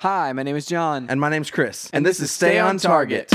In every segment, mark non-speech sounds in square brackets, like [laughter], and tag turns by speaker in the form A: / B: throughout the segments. A: Hi, my name is John.
B: And my name's Chris. And, this, is Stay on Target.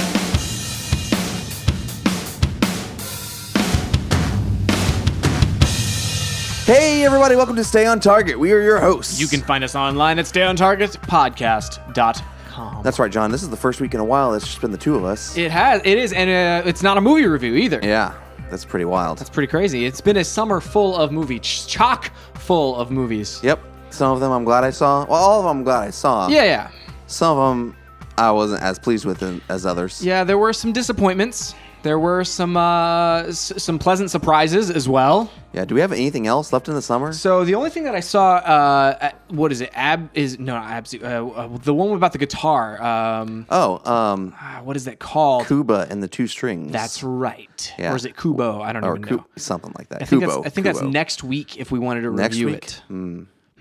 B: Hey, everybody, welcome to Stay on Target. We are your hosts.
A: You can find us online at stayontargetpodcast.com.
B: That's right, John. This is the first week in a while that's just been the two of us.
A: It has, it is, and uh, it's not a movie review either.
B: yeah, that's pretty wild.
A: It's pretty crazy. It's been a summer full of movie, ch- chock full of movies.
B: Yep. Some of them I'm glad I saw. Well, all of them I'm glad I saw.
A: Yeah, yeah.
B: Some of them I wasn't as pleased with than- as others.
A: Yeah, there were some disappointments. There were some uh, s- some pleasant surprises as well.
B: Yeah. Do we have anything else left in the summer?
A: So the only thing that I saw, uh, at- what is it? Ab is no not abs. Uh, uh, the one about the guitar. Um,
B: Oh, um,
A: ah, what is that called?
B: Cuba and the Two Strings.
A: That's right.
B: Yeah.
A: Or is it Kubo? I don't
B: or
A: even
B: Cu-
A: know.
B: something like that.
A: I think,
B: Kubo.
A: that's, I think that's
B: Kubo.
A: next week if we wanted to
B: Next
A: review
B: week?
A: it.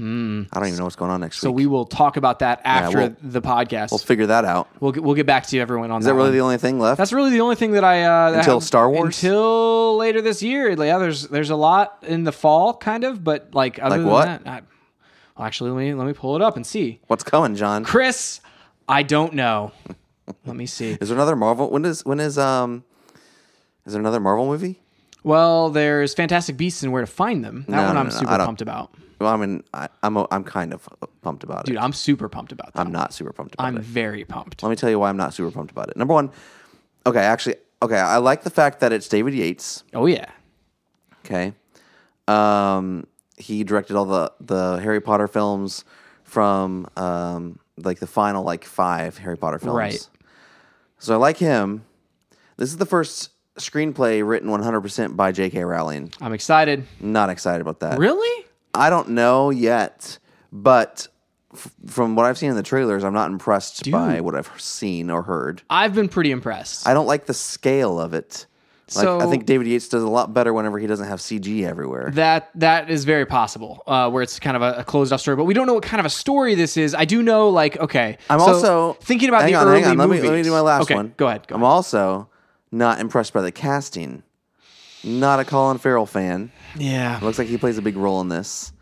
B: I don't even know what's going on next
A: So
B: week.
A: we will talk about that after
B: we'll-
A: the podcast.
B: We'll figure that out.
A: we'll, get, we'll get back to you, everyone, on
B: Is that really
A: one.
B: the only thing left?
A: Um, That's really the only thing that I uh, that
B: Until
A: happened-
B: Star Wars?
A: until later this year. Yeah, there's there's a lot in the fall, kind of, but like other
B: Like
A: than
B: what?
A: that, I, well, actually, let me let me pull it up and see.
B: what's coming, John.
A: Chris, I don't
B: [laughs]
A: know. let me see.
B: Is there another Marvel? When is when is um? Is there another Marvel movie?
A: Well, there's Fantastic Beasts and Where to Find Them. That
B: No,
A: one
B: no,
A: I'm
B: no,
A: super
B: I don't-
A: pumped about,
B: Well, I mean, I, I'm a, I'm kind of pumped about
A: dude.
B: it.
A: I'm super pumped about that.
B: I'm not super pumped about
A: I'm
B: it.
A: very pumped.
B: Let me tell you why I'm not super pumped about it. Number one, okay, actually, okay, I like the fact that it's David Yates.
A: Oh yeah,
B: Okay, um, he directed all the the Harry Potter films from um like the final like five Harry Potter films.
A: Right.
B: So I like him. This is the first screenplay written 100% by J.K. Rowling.
A: I'm excited.
B: Not excited about that.
A: Really?
B: I don't know yet, but f- from what I've seen in the trailers, I'm not impressed by what I've seen or heard.
A: I've been pretty impressed.
B: I don't like the scale of it. Like I
A: So-
B: think David Yates does a lot better whenever he doesn't have CG everywhere.
A: that that is very possible, uh, where it's kind of a, a closed off story, but we don't know what kind of a story this is. I do know, like, okay,
B: I'm
A: so
B: also
A: thinking about
B: hang
A: the
B: on,
A: early
B: hang on. Let me
A: movies.
B: let me do my last
A: okay,
B: one.
A: Go ahead. Go
B: I'm
A: ahead.
B: also not impressed by the casting. Not a Colin Farrell fan.
A: yeah,
B: Looks like he plays a big role in this.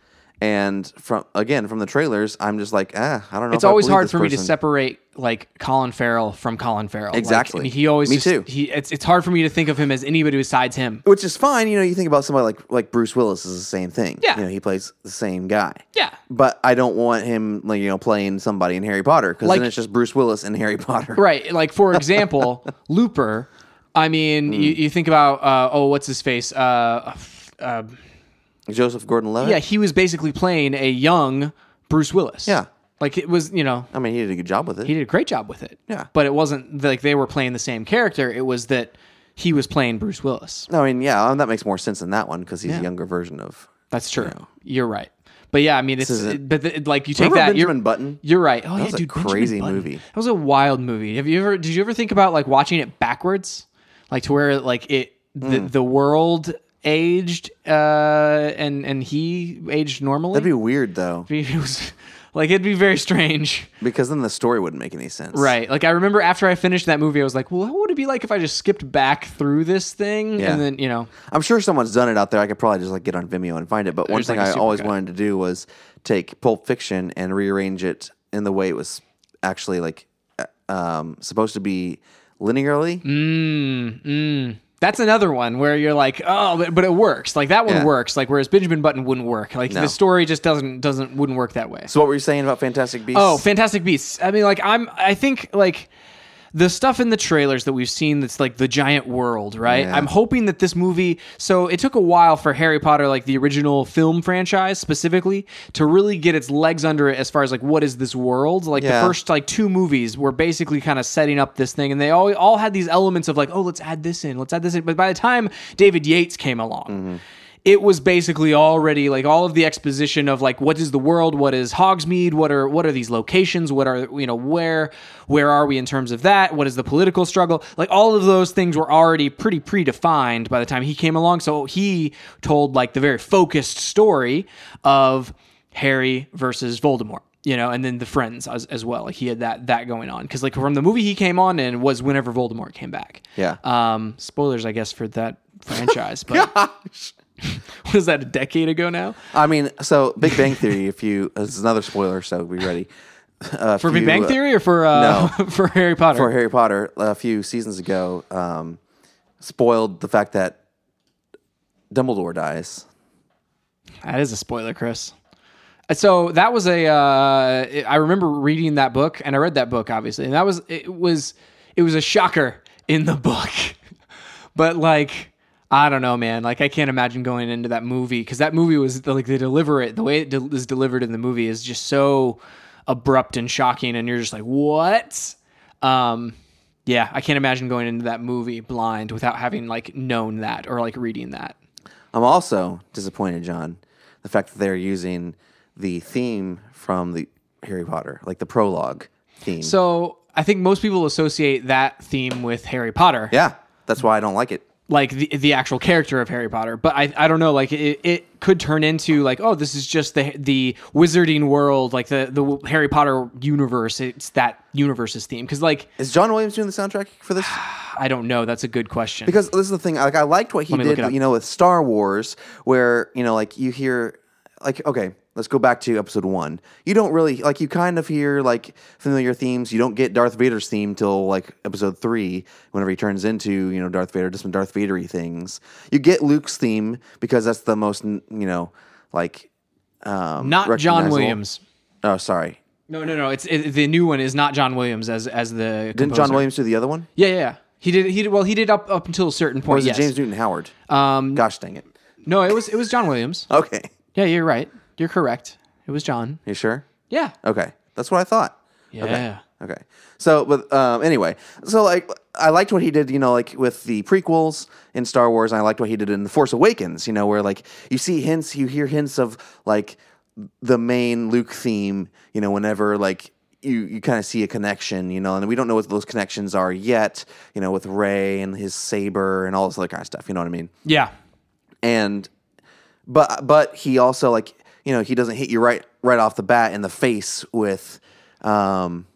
B: And from again from the trailers, I'm just like, ah, I don't know.
A: it's
B: if I
A: always
B: believe
A: hard
B: this
A: for me to
B: person.
A: separate like Colin Farrell from Colin Farrell. Like,
B: Exactly.
A: I mean, he always
B: Me
A: just,
B: too.
A: He it's it's hard for me to think of him as anybody besides him.
B: which is fine. You know, you think about somebody like like Bruce Willis is the same thing.
A: Yeah.
B: you know, he plays the same guy.
A: Yeah.
B: But I don't want him, like, you know, playing somebody in Harry Potter because
A: Like-
B: then it's just Bruce Willis and Harry Potter.
A: Right. Like for
B: [laughs]
A: example, Looper. I mean, you,
B: Hmm.
A: you think about uh, oh, what's his face? Uh, uh,
B: Joseph Gordon-Levitt.
A: yeah, he was basically playing a young Bruce Willis.
B: Yeah.
A: Like it was, you know,
B: I mean, he did a good job with it.
A: he did a great job with it.
B: Yeah.
A: But it wasn't like they were playing the same character. It was that he was playing Bruce Willis.
B: I mean, yeah, that makes more sense in that one because he's a younger version of.
A: That's true. You're right. But yeah, I mean, it's
B: isn't-
A: but the, like you take
B: Remember
A: that.
B: Benjamin
A: you're,
B: Button?
A: You're right. Oh yeah,
B: was a
A: dude, Benjamin
B: crazy
A: Button.
B: movie.
A: That was a wild movie. Have you ever? Did you ever think about like watching it backwards, like to where like it the,
B: Mm.
A: the world aged uh and and he aged normally?
B: That'd be weird though,
A: [laughs] it was like it'd be very strange,
B: because then the story wouldn't make any sense.
A: right? Like I remember after I finished that movie, I was like, well, what would it be like if I just skipped back through this thing
B: Yeah.
A: and then you know,
B: I'm sure someone's done it out there. I could probably just like get on Vimeo and find it. But one
A: There's,
B: thing
A: like, a
B: I always
A: supercut.
B: wanted to do was take Pulp Fiction and rearrange it in the way it was actually like uh, um, supposed to be linearly.
A: Mm. That's another one where you're like, oh, but, but it works. Like that one
B: Yeah.
A: works. Like whereas Benjamin Button wouldn't work. Like the story just doesn't doesn't wouldn't work that way.
B: So what were you saying about Fantastic Beasts?
A: Oh, Fantastic Beasts. I mean, like I'm. I think like the stuff in the trailers that we've seen. That's like the giant world, right?
B: Yeah.
A: I'm hoping that this movie. So it took a while for Harry Potter, like the original film franchise specifically, to really get its legs under it as far as like what is this world. Like
B: Yeah.
A: the first like two movies were basically kind of setting up this thing, and they all all had these elements of like, oh, let's add this in, let's add this in. But by the time David Yates came along it was basically already like all of the exposition of like what is the world what is hogsmeade what are what are these locations what are you know where where are we in terms of that what is the political struggle like all of those things were already pretty predefined by the time he came along so he told like the very focused story of harry versus voldemort you know and then the friends as, as well like he had that that going on because like from the movie he came on in was whenever voldemort came back
B: Yeah.
A: um spoilers i guess for
B: [laughs]
A: that franchise but [laughs] was that a decade ago now?
B: I mean, so Big Bang Theory. if you, this is another spoiler, so be ready. [laughs] a
A: for Big
B: few,
A: Bang
B: uh,
A: Theory or for uh, [laughs] for Harry Potter?
B: for Harry Potter a few seasons ago um, spoiled the fact that Dumbledore dies.
A: That is a spoiler, Chris. Uh, So that was a. Uh, it- I remember reading that book, and I read that book obviously, and that was it was it was a shocker in the [laughs] book, but like I don't know, man. Like I can't imagine going into that movie because that movie was like they deliver it the way it del is delivered in the movie is just so abrupt and shocking, and you're just like, what? Um, yeah, I can't imagine going into that movie blind without having like known that or like reading that.
B: I'm also disappointed, John, the fact that they're using the theme from the Harry Potter, like the prologue theme.
A: So I think most people associate that theme with Harry Potter,
B: yeah, that's why I don't like it.
A: like the, the actual character of Harry Potter. But I, I don't know, like it, it could turn into like, oh, this is just the the wizarding world, like the the Harry Potter universe. It's that universe's theme because like
B: Is John Williams doing the soundtrack for this?
A: I don't know. That's a good question.
B: Because this is the thing. Like I liked what he
A: me look
B: did,
A: it up.
B: you know, with Star Wars, where you know, like you hear, like okay, let's go back to episode one. You don't really like you kind of hear like familiar themes. You don't get Darth Vader's theme till like episode three, whenever he turns into you know Darth Vader, just some Darth Vadery things. You get Luke's theme because that's the most n- you know, like um,
A: not John
B: recognizable.
A: Williams.
B: Oh, sorry,
A: No, no, no. It's it, the new one is not John Williams as as the
B: didn't John Williams do the other one?
A: Yeah, yeah, yeah. He did. He did. Well, he did up up until a certain point.
B: Or is
A: yes.
B: it James Newton Howard? Um, Gosh dang it.
A: no, it was it was John Williams.
B: Okay,
A: Yeah, you're right. You're correct. It was John.
B: you sure?
A: Yeah.
B: Okay, that's what I thought.
A: Yeah.
B: Okay. So, but um, anyway, so like I liked what he did, you know, like with the prequels in Star Wars, and I liked what he did in The Force Awakens, you know, where like you see hints, you hear hints of like the main Luke theme, you know, whenever like you you kind of see a connection, you know, and we don't know what those connections are yet, you know, with Ray and his saber and all this other kind of stuff, you know what I mean?
A: Yeah.
B: and but but he also like you know he doesn't hit you right right off the bat in the face with um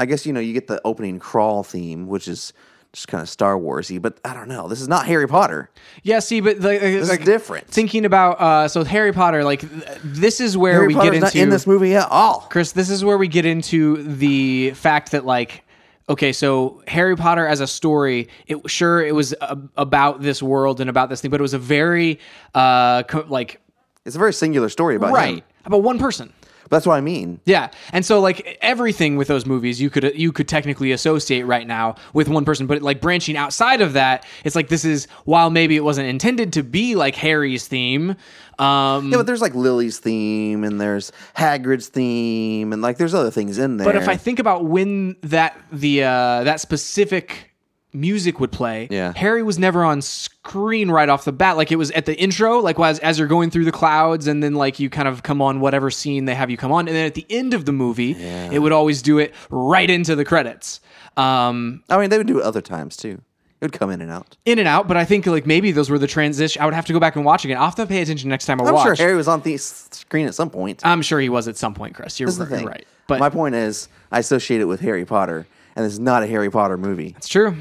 B: i guess you know you get the opening crawl theme which is just kind of star warsy but i don't know this is not harry potter
A: Yeah, see, but like,
B: this
A: like
B: is different
A: thinking about uh, so Harry Potter, like th- this is where
B: harry
A: we
B: potter's
A: get
B: not
A: into
B: in this movie at all
A: Chris. This is where we get into the fact that like. Okay, so Harry Potter as a story, it sure it was a, about this world and about this thing, but it was a very uh co- like
B: it's a very singular story about
A: right
B: him
A: about one person.
B: but that's what i mean
A: Yeah, and so like everything with those movies, you could you could technically associate right now with one person, but like branching outside of that, it's like this is while maybe it wasn't intended to be like Harry's theme. Um,
B: yeah, but there's like Lily's theme, and there's Hagrid's theme, and like there's other things in there.
A: but if I think about when that the uh, that specific music would play,
B: Yeah.
A: Harry was never on screen right off the bat. Like it was at the intro, like as as you're going through the clouds, and then like you kind of come on whatever scene they have you come on, and then at the end of the movie, it would always do it right into the credits. Um,
B: I mean, they would do it other times too. It would come in and out.
A: in and out, but I think like maybe those were the transition. I would have to go back and watch again. I'll have to pay attention next time I
B: I'm
A: watch.
B: sure Harry was on the s- screen at some point.
A: I'm sure he was at some point, Chris. You're,
B: That's the
A: right- you're
B: thing.
A: right. But
B: my point is, I associate it with Harry Potter, and it's not a Harry Potter movie.
A: it's true.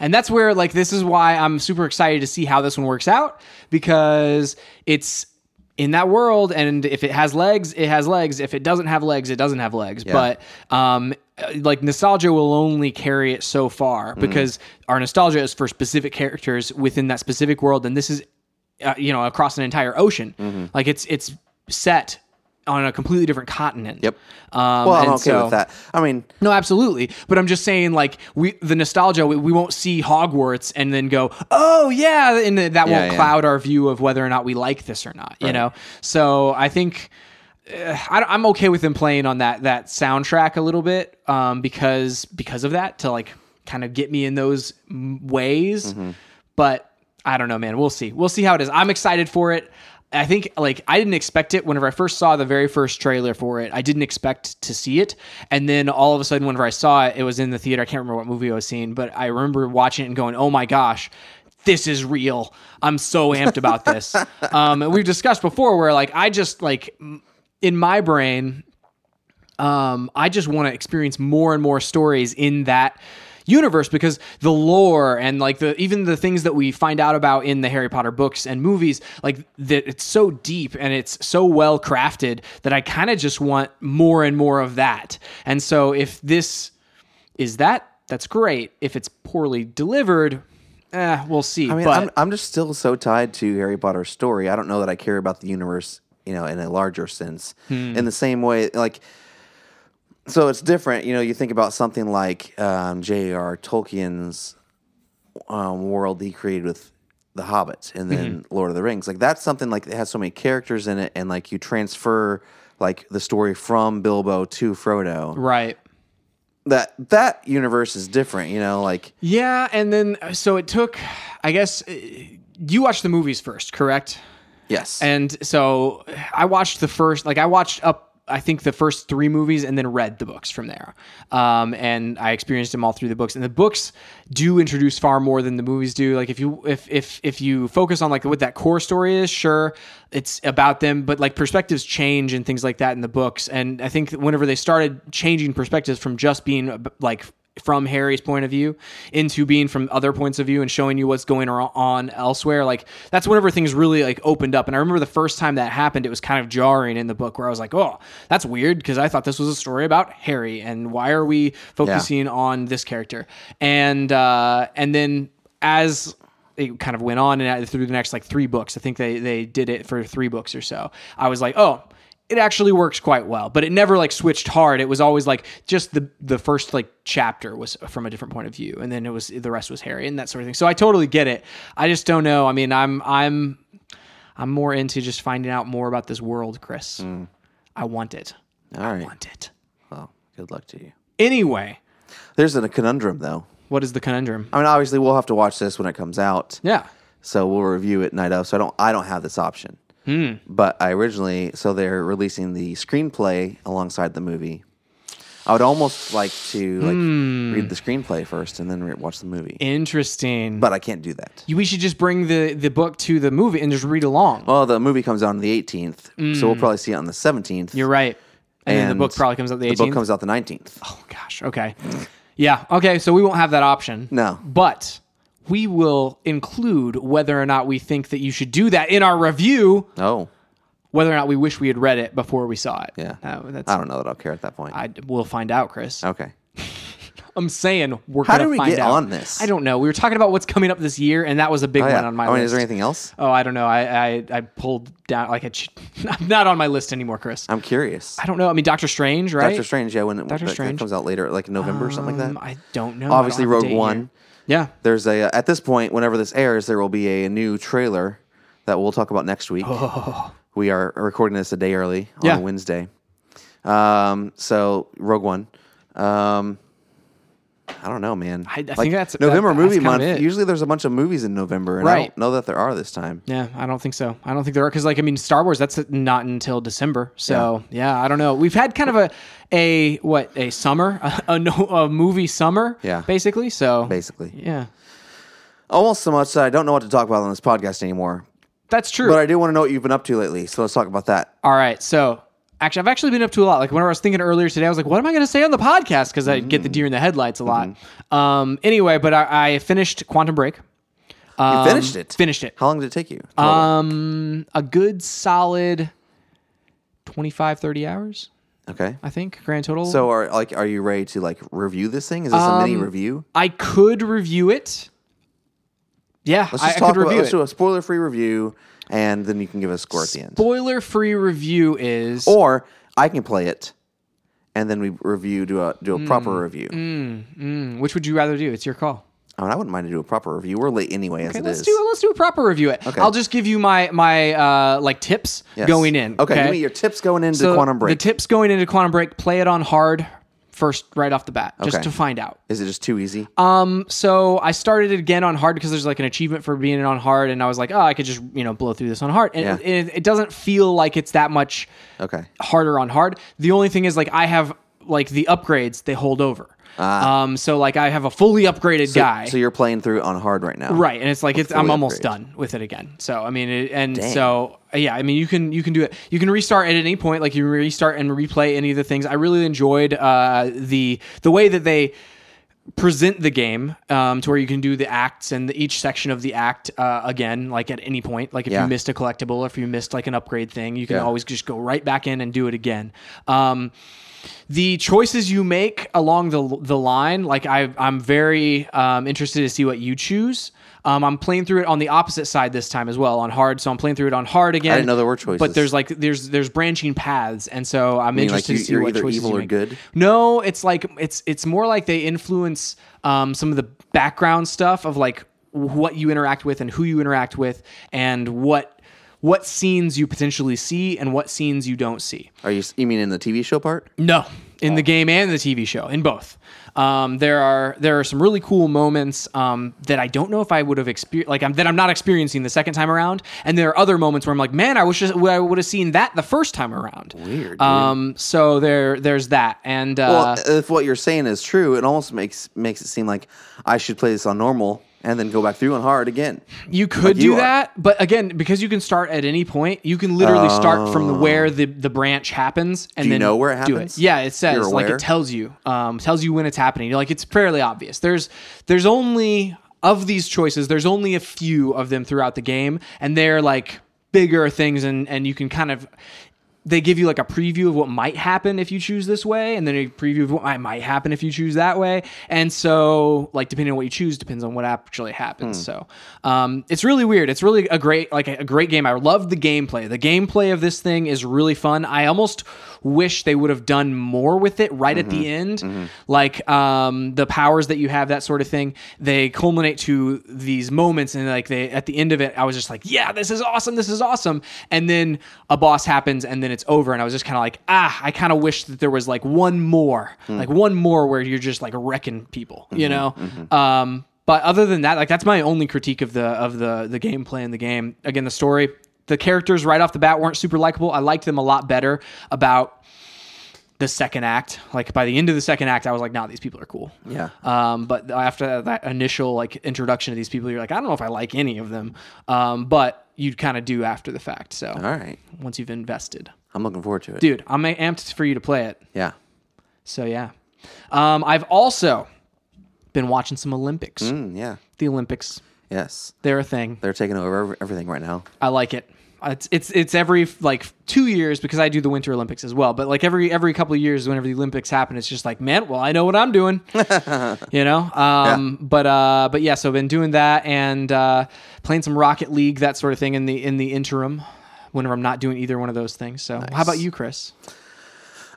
A: And that's where like this is why I'm super excited to see how this one works out because it's in that world and if it has legs, it has legs. If it doesn't have legs, it doesn't have legs. But um uh, like nostalgia will only carry it so far
B: Mm-hmm.
A: because our nostalgia is for specific characters within that specific world and this is uh, you know across an entire ocean
B: Mm-hmm.
A: like it's it's set on a completely different continent
B: Yep.
A: um,
B: Well, I'm
A: and
B: okay
A: so-
B: with that. I mean,
A: no absolutely but i'm just saying like we the nostalgia we, we won't see hogwarts and then go oh yeah and th- that won't
B: yeah.
A: cloud our view of whether or not we like this or not you know so i think uh, I, am okay with them playing on that that soundtrack a little bit um, because because of that to like kind of get me in those m- ways. But I don't know, man. We'll see. We'll see how it is. I'm excited for it. I think like I didn't expect it whenever I first saw the very first trailer for it. I didn't expect to see it, and then all of a sudden, whenever I saw it, it was in the theater. I can't remember what movie I was seeing, but I remember watching it and going, "Oh my gosh." This is real. I'm so amped about this. um, and we've discussed before where like I just like in my brain, um, I just want to experience more and more stories in that universe because the lore and like the even the things that we find out about in the Harry Potter books and movies, like that it's so deep and it's so well crafted that I kind of just want more and more of that. And so if this is that, that's great. If it's poorly delivered, eh, we'll see.
B: I mean,
A: but
B: I'm, I'm just still so tied to Harry Potter's story. I don't know that I care about the universe, you know, in a larger sense. In the same way, like, so it's different. You know, you think about something like um, J.R. Tolkien's um, world he created with The Hobbit and then Lord of the Rings. Like, that's something like it has so many characters in it, and like you transfer like the story from Bilbo to Frodo.
A: right.
B: That that universe is different. You know, like
A: Yeah, and then uh, so it took. I guess uh, you watched the movies first, correct?
B: yes,
A: And so I watched the first, like I watched up, I think the first three movies, and then read the books from there. Um, and I experienced them all through the books. And the books do introduce far more than the movies do. Like if you if if if you focus on like what that core story is, sure, it's about them, but like perspectives change and things like that in the books. And I think that whenever they started changing perspectives from just being uh, like from Harry's point of view into being from other points of view and showing you what's going ar- on elsewhere. Like that's whenever things really like opened up. And I remember the first time that happened, it was kind of jarring in the book where I was like, "Oh, that's weird," because I thought this was a story about Harry and why are we focusing on this character? And uh, and then as it kind of went on and I- through the next like three books, I think they they did it for three books or so. I was like, "Oh." it actually works quite well but it never like switched hard it was always like just the the first like chapter was from a different point of view and then it was the rest was harry and that sort of thing so i totally get it i just don't know i mean i'm i'm i'm more into just finding out more about this world chris i want it
B: all right.
A: want it
B: Well, good luck to you.
A: anyway
B: There's a conundrum though.
A: what is the conundrum
B: I mean, obviously, we'll have to watch this when it comes out.
A: yeah
B: So we'll review it night of. So I don't, I don't have this option.
A: Hmm.
B: But I originally, so they're releasing the screenplay alongside the movie. I would almost like to like
A: Hmm.
B: read the screenplay first and then re- watch the movie.
A: interesting
B: But I can't do that.
A: we should just bring the the book to the movie and just read along
B: Well, the movie comes out on the 18th, so we'll probably see it on the 17th.
A: Hmm. you're right and, then the book probably comes out the 18th
B: The book comes out the 19th.
A: Oh gosh. Okay. Yeah. Okay. So we won't have that option.
B: No.
A: But we will include whether or not we think that you should do that in our review,
B: Oh,
A: whether or not we wish we had read it before we saw it.
B: yeah. Ah.
A: Uh, that's.
B: I
A: I
B: don't know that I'll care at that point.
A: we'll find out, Chris.
B: okay.
A: I'm saying we're
B: How
A: gonna
B: did we
A: find
B: get
A: out.
B: on this?
A: I don't know. We were talking about what's coming up this year, and that was a big
B: Oh,
A: one
B: yeah.
A: on my
B: I mean,
A: list.
B: is there anything else?
A: Oh, I don't know. I I, I pulled down like a. Ch- [laughs] I'm not on my list anymore, Chris.
B: I'm curious.
A: I don't know. I mean, Doctor Strange, right?
B: Ah. Doctor Strange, yeah, when it, that- that
A: Strange.
B: comes out later, like November or something like
A: Um,
B: that.
A: I don't know. I
B: Obviously,
A: don't have the
B: Rogue
A: date
B: One.
A: here. Yeah.
B: There's a uh, at this point, whenever this airs, there will be a new trailer that we'll talk about
A: [laughs]
B: next week. We are recording this a day early on
A: Yeah.
B: a Wednesday. Um, so Rogue One. Um, I don't know, man.
A: I think that's-
B: November
A: that- that's
B: movie
A: kinda
B: month.
A: it.
B: Usually, there's a bunch of movies in November, and I
A: Right.
B: don't know that there are this time.
A: Yeah, I don't think so. I don't think there are because, like, I mean, Star Wars that's not until December. So yeah. I don't know. We've had kind of a a what a summer [laughs] a, a, no- a movie summer.
B: Yeah.
A: basically. So
B: Basically,
A: yeah,
B: almost so much that I don't know what to talk about on this podcast anymore.
A: that's true.
B: But I do want to know what you've been up to lately. So let's talk about that.
A: All right, so. Actually, I've actually been up to a lot. Like whenever I was thinking earlier today, I was like, "What am I going to say on the podcast?" Because
B: Mm-hmm.
A: I get the deer in the headlights a lot. Um, anyway, but I, I finished Quantum Break.
B: You
A: Um,
B: finished it.
A: Finished it.
B: How long did it take you?
A: Um, a good solid 25, 30 hours,
B: okay.
A: I think, grand total.
B: So are like are you ready to like review this thing? Is this a
A: Um,
B: mini review?
A: I could review it. Yeah,
B: Let's
A: I,
B: just
A: I
B: talk
A: could
B: about
A: review
B: let's do
A: it.
B: a spoiler free review and then you can give us a score at the end.
A: Spoiler free review is
B: Or I can play it and then we review do a do a proper review.
A: Mm, which would you rather do? It's your call.
B: I mean I wouldn't mind to do a proper review. We're late anyway as
A: Okay,
B: it
A: let's
B: is.
A: do let's do a proper review. It. I'll just give you my my uh, like tips
B: Yes.
A: going in.
B: Okay, give me your tips going into
A: So
B: Quantum Break.
A: The tips going into Quantum Break. Play it on hard first, right off the bat, just
B: Okay.
A: to find out.
B: is it just too easy?
A: Um, so I started it again on hard because there's like an achievement for being on hard, and I was like, oh, I could just you know blow through this on hard, and
B: Yeah.
A: it, it, it doesn't feel like it's that much
B: okay.
A: harder on hard. The only thing is like I have like the upgrades they hold over. Um, so like I have a fully upgraded guy,
B: Ah. So you're playing through on hard right now.
A: right? And it's like it's I'm
B: fully
A: almost
B: upgraded.
A: done with it again. So I mean, it, and so yeah, I mean you can you can do it. You can restart at any point. Like you restart and replay any of the things. I really enjoyed uh, the the way that they present the game um, to where you can do the acts and the, each section of the act uh, again, like at any point. Like if
B: Yeah.
A: you missed a collectible or if you missed like an upgrade thing, you can
B: Yeah.
A: always just go right back in and do it again. Um, the choices you make along the the line, like I, I'm very um, interested to see what you choose. Um, I'm playing through it on the opposite side this time as well on hard, so I'm playing through it on hard again.
B: didn't know there were choices.
A: but there's like there's there's branching paths, and so I'm
B: mean, like,
A: interested
B: you-
A: to see
B: you're
A: what
B: either
A: choices
B: evil
A: you
B: or
A: make.
B: good?
A: No, it's like it's it's more like they influence um, some of the background stuff of like what you interact with and who you interact with and what what scenes you potentially see and what scenes you don't see.
B: Are you? You mean in the TV show part?
A: No, in
B: Oh.
A: the game and the TV show, in both. Um, there are there are some really cool moments um, that I don't know if I would have experienced, like I'm, that I'm not experiencing the second time around. And there are other moments where I'm like, man, I wish I would have seen that the first time around.
B: Weird,
A: Um, so there there's that, and uh,
B: Well, if what you're saying is true, it almost makes makes it seem like I should play this on normal and then go back through on hard again.
A: You could
B: you
A: do
B: are.
A: that, but again, because you can start at any point, you can literally start from the where the, the branch happens, and
B: Oh. you
A: then
B: know where it
A: do
B: happens?
A: Yeah, it says
B: You're
A: like
B: aware?
A: it tells you, um, tells you when it's happening. You're like it's fairly obvious. There's there's only of these choices. There's only a few of them throughout the game, and they're like bigger things, and and you can kind of. They give you like a preview of what might happen if you choose this way, and then a preview of what might- might happen if you choose that way. And so, like, depending on what you choose, depends on what actually happens.
B: Hmm.
A: So, um, it's really weird. It's really a great, like, a great game. I love the gameplay. The gameplay of this thing is really fun. I almost wish they would have done more with it right at the end, like um, the powers that you have, that sort of thing. They culminate to these moments, and like they at the end of it, I was just like, "Yeah, this is awesome! This is awesome!" And then a boss happens, and then it's over, and I was just kind of like, "Ah, I kind of wish that there was like one more, like one more where you're just like wrecking people, you know." Um, but other than that, like that's my only critique of the of the the gameplay in the game. Again, the story. The characters right off the bat weren't super likable. I liked them a lot better about the second act. Like by the end of the second act, I was like, "Nah, these people are cool."
B: Yeah.
A: Um, but after that initial like introduction to these people, you're like, "I don't know if I like any of them," um, but you kind of do after the fact. So
B: All right,
A: once you've invested,
B: I'm looking forward to it.
A: dude, I'm amped for you to play it.
B: Yeah.
A: So yeah, um, I've also been watching some Olympics.
B: Mm, yeah.
A: The Olympics,
B: Yes.
A: they're a thing.
B: They're taking over ev- everything right now. [sighs]
A: I like it. It's it's it's every like two years because I do the Winter Olympics as well. But like every every couple of years, whenever the Olympics happen, it's just like, man, well, I know what I'm doing,
B: [laughs]
A: you know. Um, But uh, but yeah, so I've been doing that and uh, playing some Rocket League, that sort of thing in the in the interim, whenever I'm not doing either one of those things. So how about you, Chris?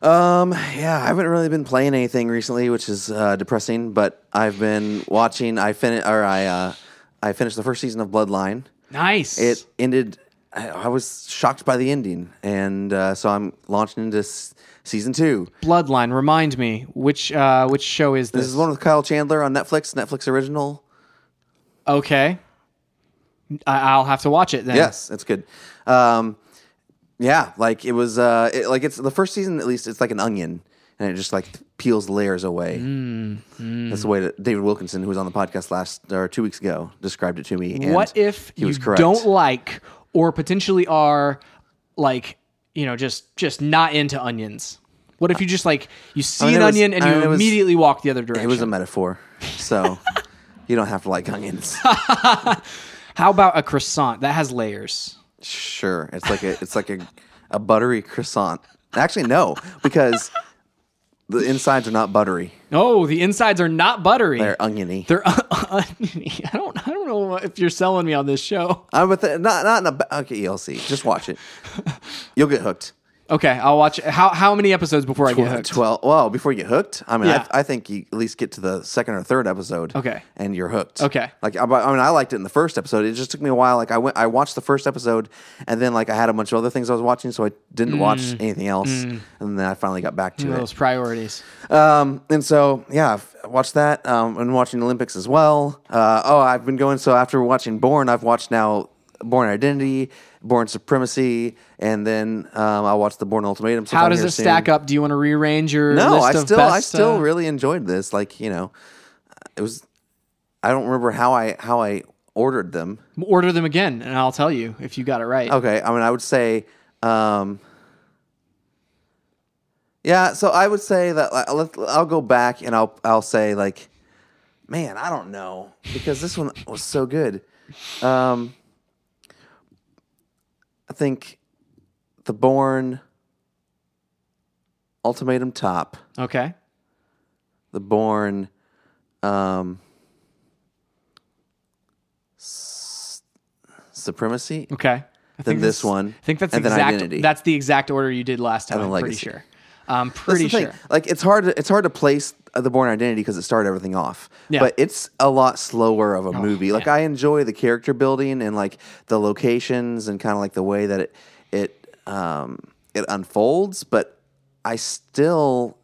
B: Um, yeah, I haven't really been playing anything recently, which is uh, depressing. But I've been watching. I fin or I uh, I finished the first season of Bloodline.
A: Nice.
B: It ended. I, I was shocked by the ending, and uh, so I'm launching into s- season two.
A: Bloodline. Remind me which uh, which show is this?
B: This is one with Kyle Chandler on Netflix. Netflix original.
A: okay. I- I'll have to watch it then.
B: Yes, that's good. Um, yeah, like it was, uh, it, like it's the first season at least. It's like an onion, and it just like peels layers away. That's the way that David Wilkinson, who was on the podcast last or two weeks ago, described it to me. And
A: what if
B: he
A: you
B: was correct.
A: don't like or potentially are like you know just just not into onions what if you just like you see
B: mean,
A: an
B: it was-
A: onion and
B: I mean,
A: you
B: it was-
A: immediately walk the other
B: it
A: direction
B: was a metaphor? So you don't have to like onions.
A: how about a croissant that has layers
B: sure, it's like a it's like a a buttery croissant. Actually, no, because the insides are not buttery;
A: oh the insides are not buttery
B: they're oniony.
A: They're [laughs] oniony. I don't I don't know if you're selling me on this show
B: I'm with Uh, the, not not in a ba- okay. You'll see. Just watch it. You'll get hooked.
A: okay I'll watch how how many episodes before I get
B: Well,
A: hooked
B: Twelve. Well, before you get hooked, I mean,
A: Yeah.
B: I, I think you at least get to the second or third episode.
A: Okay.
B: and you're hooked.
A: Okay.
B: Like I, I mean, I liked it in the first episode. It just took me a while. Like I went, I watched the first episode, and then like I had a bunch of other things I was watching, so I
A: Mm.
B: didn't watch anything else, and then I finally got back to
A: those priorities
B: it. Um, and so yeah, I've watched that. Um, and watching Olympics as well. Uh, oh, I've been going. So after watching Born, I've watched now. Born Identity, Born Supremacy, and then um, I watched the Born Ultimatum.
A: how does it stack up do you want to rearrange your
B: No,
A: list
B: I
A: of
B: still I
A: best,
B: still
A: uh,
B: really enjoyed this. Like you know, it was. I don't remember how I how I ordered them.
A: order them again and I'll tell you if you got it right
B: Okay, I mean I would say, um, yeah. So I would say that like, let, I'll go back and I'll I'll say like man, I don't know because this one was so good. Um, I think the Born Ultimatum Top,
A: Okay.
B: the Born um, S- Supremacy,
A: Okay. I
B: Then this
A: that's-
B: one,
A: I think that's
B: and then
A: exact.
B: Identity.
A: That's the exact order you did last time.
B: then
A: I'm pretty
B: Legacy.
A: sure. I'm
B: That's
A: pretty
B: the
A: sure.
B: thing. Like it's hard. To, it's hard to place uh, the Born Identity because it started everything off.
A: Yeah. Oh,
B: But it's a lot slower of a movie. Like I enjoy the character building and like the locations and kind of like the way that it it um, it unfolds. But I still,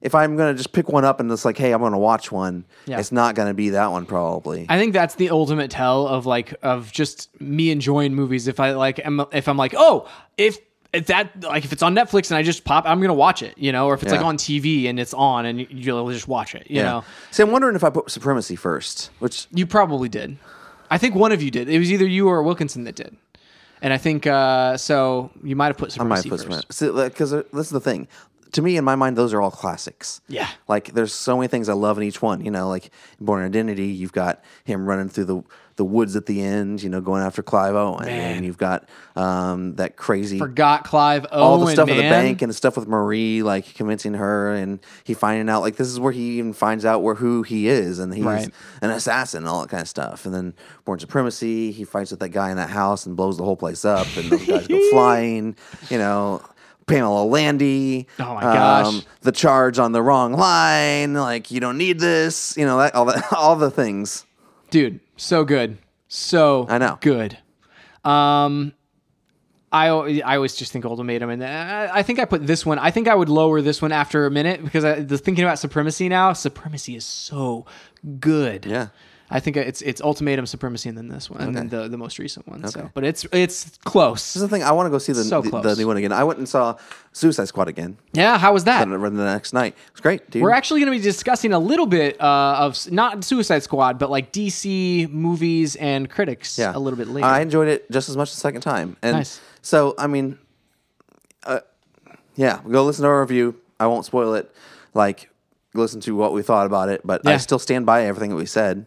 B: if I'm gonna just pick one up and it's like, hey, I'm gonna watch one.
A: Yeah.
B: It's not gonna be that one probably.
A: I think that's the ultimate tell of like of just me enjoying movies. If I like, am if I'm like, oh, if if that like if it's on Netflix and I just pop, I'm gonna watch it. You know, or if it's like
B: Yeah.
A: on TV and it's on and you- you'll just watch it. You
B: yeah.
A: know,
B: See, I'm wondering if I put Supremacy first, which
A: you probably did. I think one of you did. It was either you or Wilkinson that did. And I think uh, so. You might have put
B: I might
A: supremacy
B: put
A: first.
B: because this is the thing. To me, in my mind, those are all classics.
A: Yeah.
B: like there's so many things I love in each one. You know, like Born Identity, you've got him running through the the woods at the end. You know, going after Clive Owen, and you've got um, that crazy
A: Forgot Clive Owen.
B: all the stuff
A: man.
B: with the bank and the stuff with Marie, like convincing her, and he finding out like this is where he even finds out where who he is, and he's
A: Right.
B: an assassin, and all that kind of stuff. And then Born Supremacy, he fights with that guy in that house and blows the whole place up, and those
A: [laughs]
B: guys go flying. You know, Pamela Landy. um,
A: Oh my gosh.
B: the charge on the wrong line. Like you don't need this. You know that all that [laughs] all the things.
A: dude so good so
B: I know.
A: good um I, al- I always just think ultimatum and uh, I, I think I put this one I think I would lower this one after a minute because I the thinking about supremacy now supremacy is so good
B: Yeah.
A: I think it's it's ultimatum supremacy and then this one and then the, the most recent one so but it's it's close
B: This is the thing. I want to go see the,
A: So
B: the, the
A: close.
B: new one again. I went and saw Suicide Squad again.
A: yeah how was that
B: Rather than the next night. It's great, dude.
A: we're actually going to be discussing a little bit uh, of s- not Suicide Squad but like DC movies and critics a little bit later
B: I enjoyed it just as much the second time. And
A: Nice.
B: so, I mean, uh, yeah, go listen to our review. I won't spoil it. Like, listen to what we thought about it, but I
A: Yeah. Hmm.
B: still stand by everything that we said.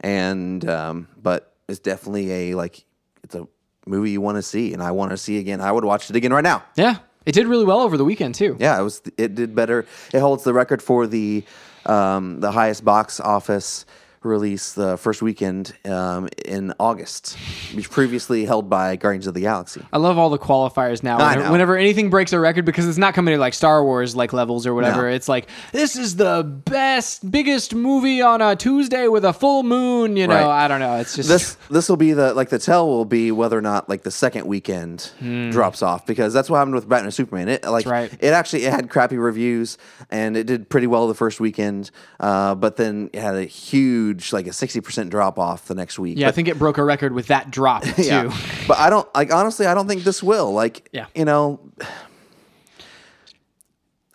B: And, um, but it's definitely a, like, it's a movie you want to see, and I want to see again. I would watch it again right now.
A: yeah it did really well over the weekend too
B: Yeah, it was. It did better. It holds the record for the um, the highest box office release the first weekend um, in August, which previously held by Guardians of the Galaxy.
A: I love all the qualifiers now.
B: I
A: Whenever,
B: know.
A: whenever anything breaks a record, because it's not coming to like Star Wars like levels or whatever.
B: No.
A: It's like this is the best, biggest movie on a Tuesday with a full moon. You know,
B: Right.
A: I don't know. It's just
B: This this will be the like the tell will be whether or not like the second weekend drops off because that's what happened with Batman and Superman. It like
A: Hmm. right.
B: it actually it had crappy reviews and it did pretty well the first weekend, uh, but then it had a huge like a sixty percent drop off the next week.
A: yeah. I
B: But-
A: think it broke a record with that drop
B: [laughs]
A: too.
B: Yeah. but I don't like honestly. I don't think this will. Like,
A: Yeah.
B: you know,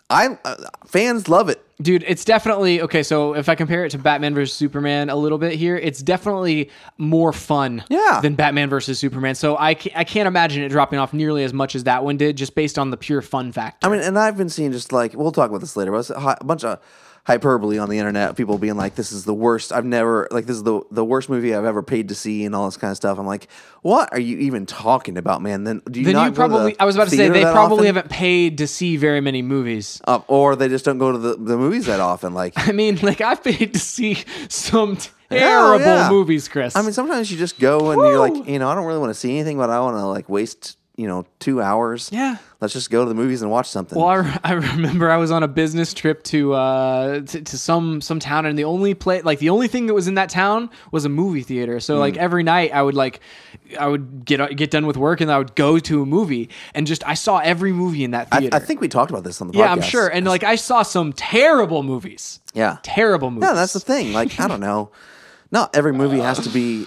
B: I uh, fans love it.
A: Dude, it's definitely okay. So if I compare it to Batman versus Superman a little bit here, it's definitely more fun
B: Yeah.
A: than Batman versus Superman. So I ca- I can't imagine it dropping off nearly as much as that one did, just based on the pure fun factor.
B: I mean, and I've been seeing just like we'll talk about this later, but it's a hi- a bunch of hyperbole on the internet. People being like, "This is the worst. I've never like this is the the worst movie I've ever paid to see," and all this kind of stuff. I'm like, "What are you even talking about, man?" Then do you
A: then
B: not
A: you
B: go to the
A: probably I was about to say
B: theater
A: they
B: that
A: probably
B: often?
A: haven't paid to see very many movies. [laughs]
B: Uh, or they just don't go to the, the movies that often. Like,
A: I mean, like I've paid to see some
B: Hell,
A: terrible
B: yeah.
A: movies, Chris.
B: I mean, sometimes you just go and you're
A: Woo!
B: like, you know, I don't really want to see anything, but I want to like waste, you know, two hours.
A: Yeah.
B: Let's just go to the movies and watch something.
A: well, I, re- I remember I was on a business trip to uh to, to some some town, and the only play like the only thing that was in that town was a movie theater. So
B: Mm.
A: like every night I would like I would get uh, get done with work and I would go to a movie and just I saw every movie in that
B: I,
A: theater.
B: I think we talked about this on the podcast.
A: yeah, I'm sure. And like I saw some terrible movies.
B: yeah.
A: Terrible movies.
B: No, that's the thing. Like, I don't know. Not every movie has to be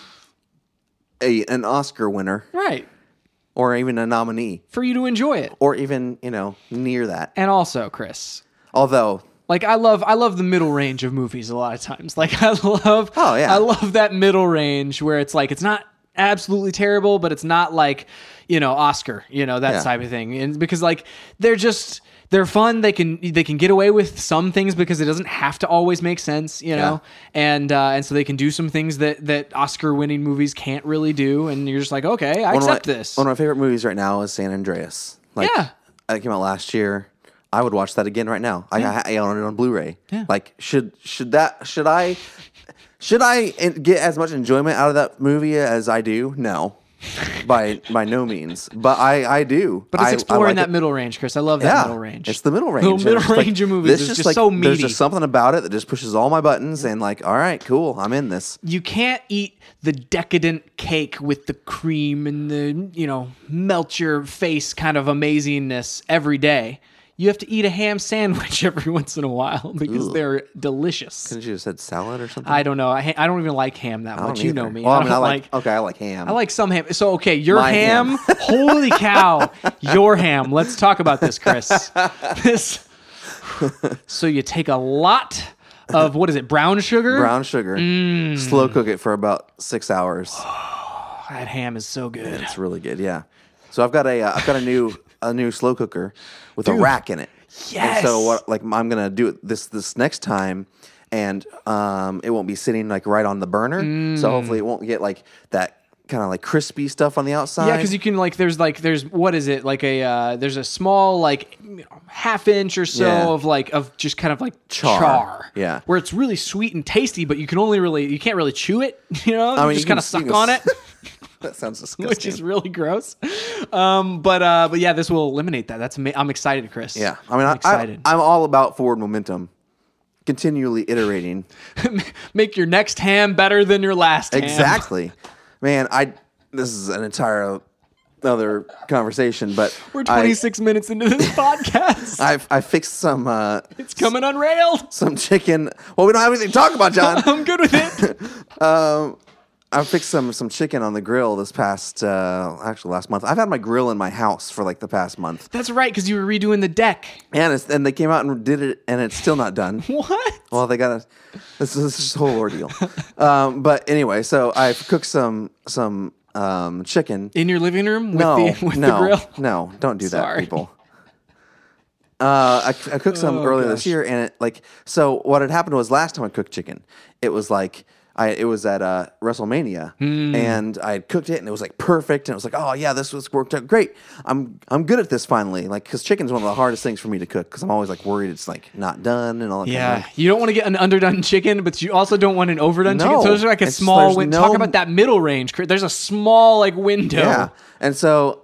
B: a an Oscar winner
A: right
B: or even a nominee
A: for you to enjoy it.
B: or even, you know, near that.
A: And also, Chris,
B: Although,
A: Like I love I love the middle range of movies a lot of times. [laughs] Like I love
B: Oh, yeah.
A: I love that middle range where it's like it's not absolutely terrible, but it's not like, you know, Oscar, you know, that
B: Yeah.
A: type of thing. And because like they're just they're fun. They can they can get away with some things because it doesn't have to always make sense, you know. And uh, and so they can do some things that that Oscar winning movies can't really do. And you're just like, okay, I
B: One of my-
A: accept this.
B: One of my favorite movies right now is San Andreas. Like,
A: Yeah.
B: that came out last year. I would watch that again right now. I, I, I own it on Blu-ray.
A: Yeah.
B: Like, should should that should I should I en- get as much enjoyment out of that movie as I do? No, by by no means. But I I do.
A: But it's
B: I- I
A: exploring
B: like
A: that
B: it.
A: middle range, Chris. I love that middle range.
B: It's the middle range. And
A: middle
B: it's like-
A: range of movies
B: this
A: is just so
B: There's
A: meaty.
B: just something about it that just pushes all my buttons and like, all right, cool, I'm in this.
A: you can't eat the decadent cake with the cream and the you know melt your face kind of amazingness every day. You have to eat a ham sandwich [laughs] every once in a while because they're delicious.
B: Didn't you just said salad or something?
A: I don't know. I, ha- I don't even like ham that
B: I
A: much.
B: don't
A: You know
B: either.
A: me.
B: Well,
A: I
B: I,
A: don't
B: mean, I
A: like,
B: like, okay, I like ham.
A: I like some ham. So okay, your
B: My
A: ham.
B: ham.
A: [laughs] holy cow, your ham. Let's talk about this, Chris.
B: [laughs]
A: This. So you take a lot of what is it? Brown sugar.
B: [laughs] brown sugar.
A: Mm.
B: Slow cook it for about six hours.
A: Oh, That ham is so good.
B: It's really good. Yeah. So I've got a uh, I've got a new a new slow cooker with a rack in it. And so
A: Yes!
B: what like I'm gonna do it this this next time. And um, it won't be sitting like right on the burner,
A: Mm.
B: so hopefully it won't get like that kind of like crispy stuff on the outside.
A: Yeah, because you can like there's like there's what is it like a uh, there's a small like you know, half inch or so
B: Yeah.
A: of like of just kind of like char.
B: Char. Yeah.
A: where it's really sweet and tasty, but you can only really you can't really chew it. [laughs] You know, you
B: you
A: just
B: can-
A: kind of suck
B: you can
A: on it,
B: s- [laughs] that sounds
A: [laughs]
B: disgusting.
A: which is really gross. Um, but uh, but yeah, this will eliminate that. That's ama- I'm excited, Chris.
B: yeah. I mean,
A: I'm
B: I,
A: excited. [laughs]
B: I, am all about forward momentum, continually iterating.
A: Make your next ham better than your last. ham.
B: Exactly, man. I this is an entire other conversation, but
A: We're
B: I-
A: 26 minutes into
B: [laughs]
A: this podcast.
B: I I fixed some uh,
A: it's coming unrailed.
B: some chicken. Well, we don't have anything to talk about, John.
A: [laughs] I'm good with
B: [laughs]
A: it.
B: I fixed some some chicken on the grill this past uh, actually last month. I've had my grill in my house for like the past month,
A: That's right, because you were redoing the deck.
B: and it's, and they came out and did it, and it's still not done.
A: What?
B: Well, they got to This is this whole ordeal. um, but anyway, so I cooked some some um, chicken.
A: in your living room with
B: no,
A: the [laughs] with
B: no,
A: the grill.
B: no, don't do that,
A: Sorry.
B: people. Uh, I, I cooked some
A: Oh,
B: earlier this year, and it like so. What had happened was last time I cooked chicken, it was like I it was at uh, WrestleMania,
A: Hmm.
B: and I had cooked it, and it was like perfect, and it was like, oh yeah, this was worked out great. I'm I'm good at this finally, like because chicken's one of the hardest things for me to cook because I'm always like worried it's like not done and all that. kind of
A: Yeah,
B: thing.
A: you don't want to get an underdone chicken, but you also don't want an overdone chicken. So
B: No.
A: there's like a
B: It's-
A: small
B: there's
A: window.
B: no-
A: Talk about that middle range. Chris. There's a small like window.
B: Yeah. And so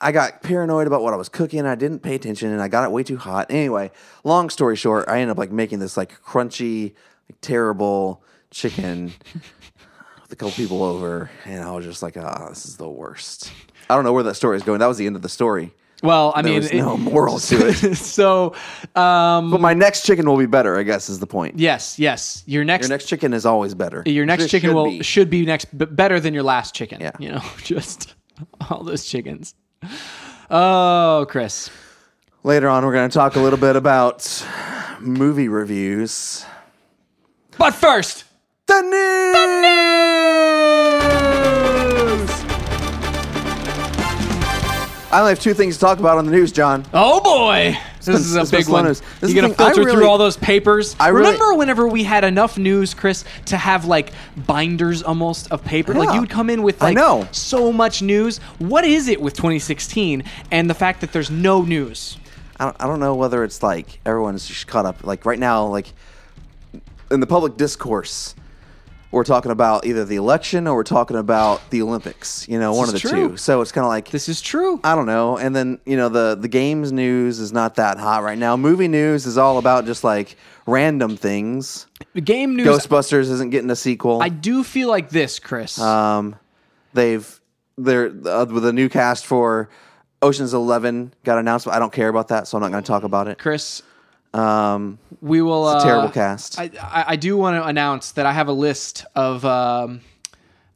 B: I got paranoid about what I was cooking. I didn't pay attention and I got it way too hot. Anyway, long story short, I ended up like making this like crunchy, like, terrible chicken [laughs] with a couple people over. And I was just like, ah, this is the worst. I don't know where that story is going. That was the end of the story.
A: Well, I
B: There
A: mean,
B: was no moral
A: [laughs]
B: to it.
A: so um,
B: But my next chicken will be better, I guess, is the point.
A: yes, yes, your next
B: Your next chicken is always better.
A: your next
B: It
A: chicken
B: should
A: will
B: be.
A: should be next b- better than your last chicken.
B: Yeah.
A: you know, [laughs] just all those chickens. Oh, Chris.
B: Later on, we're going to talk a little bit about movie reviews.
A: But first,
B: The news! I only have two things to talk about on the news, John.
A: Oh boy, this is a
B: this was
A: big one.
B: Leno's. This
A: You're
B: is
A: gonna
B: the thing- I
A: filter through
B: really-
A: all those papers.
B: I really-
A: remember whenever we had enough news, Chris, to have like binders almost of paper. Like
B: Yeah.
A: you would come in with
B: I
A: like
B: know.
A: so much news. What is it with 2016 and the fact that there's no news?
B: I don't, I don't know whether it's like everyone's just caught up. Like right now, like in the public discourse, we're talking about either the election or we're talking about the Olympics. You know, one
A: is
B: of the
A: true.
B: two. So it's kind of like
A: This is true.
B: I don't know. And then you know the the games news is not that hot right now. Movie news is all about just like random things.
A: Game news.
B: Ghostbusters isn't getting a sequel.
A: I do feel like this, Chris.
B: Um, they've they're uh, with a new cast for Ocean's Eleven got announced, but I don't care about that, so I'm not going to talk about it.
A: Chris,
B: Um,
A: we will.
B: it's a
A: uh,
B: terrible cast.
A: I, I, I do want to announce that I have a list of um,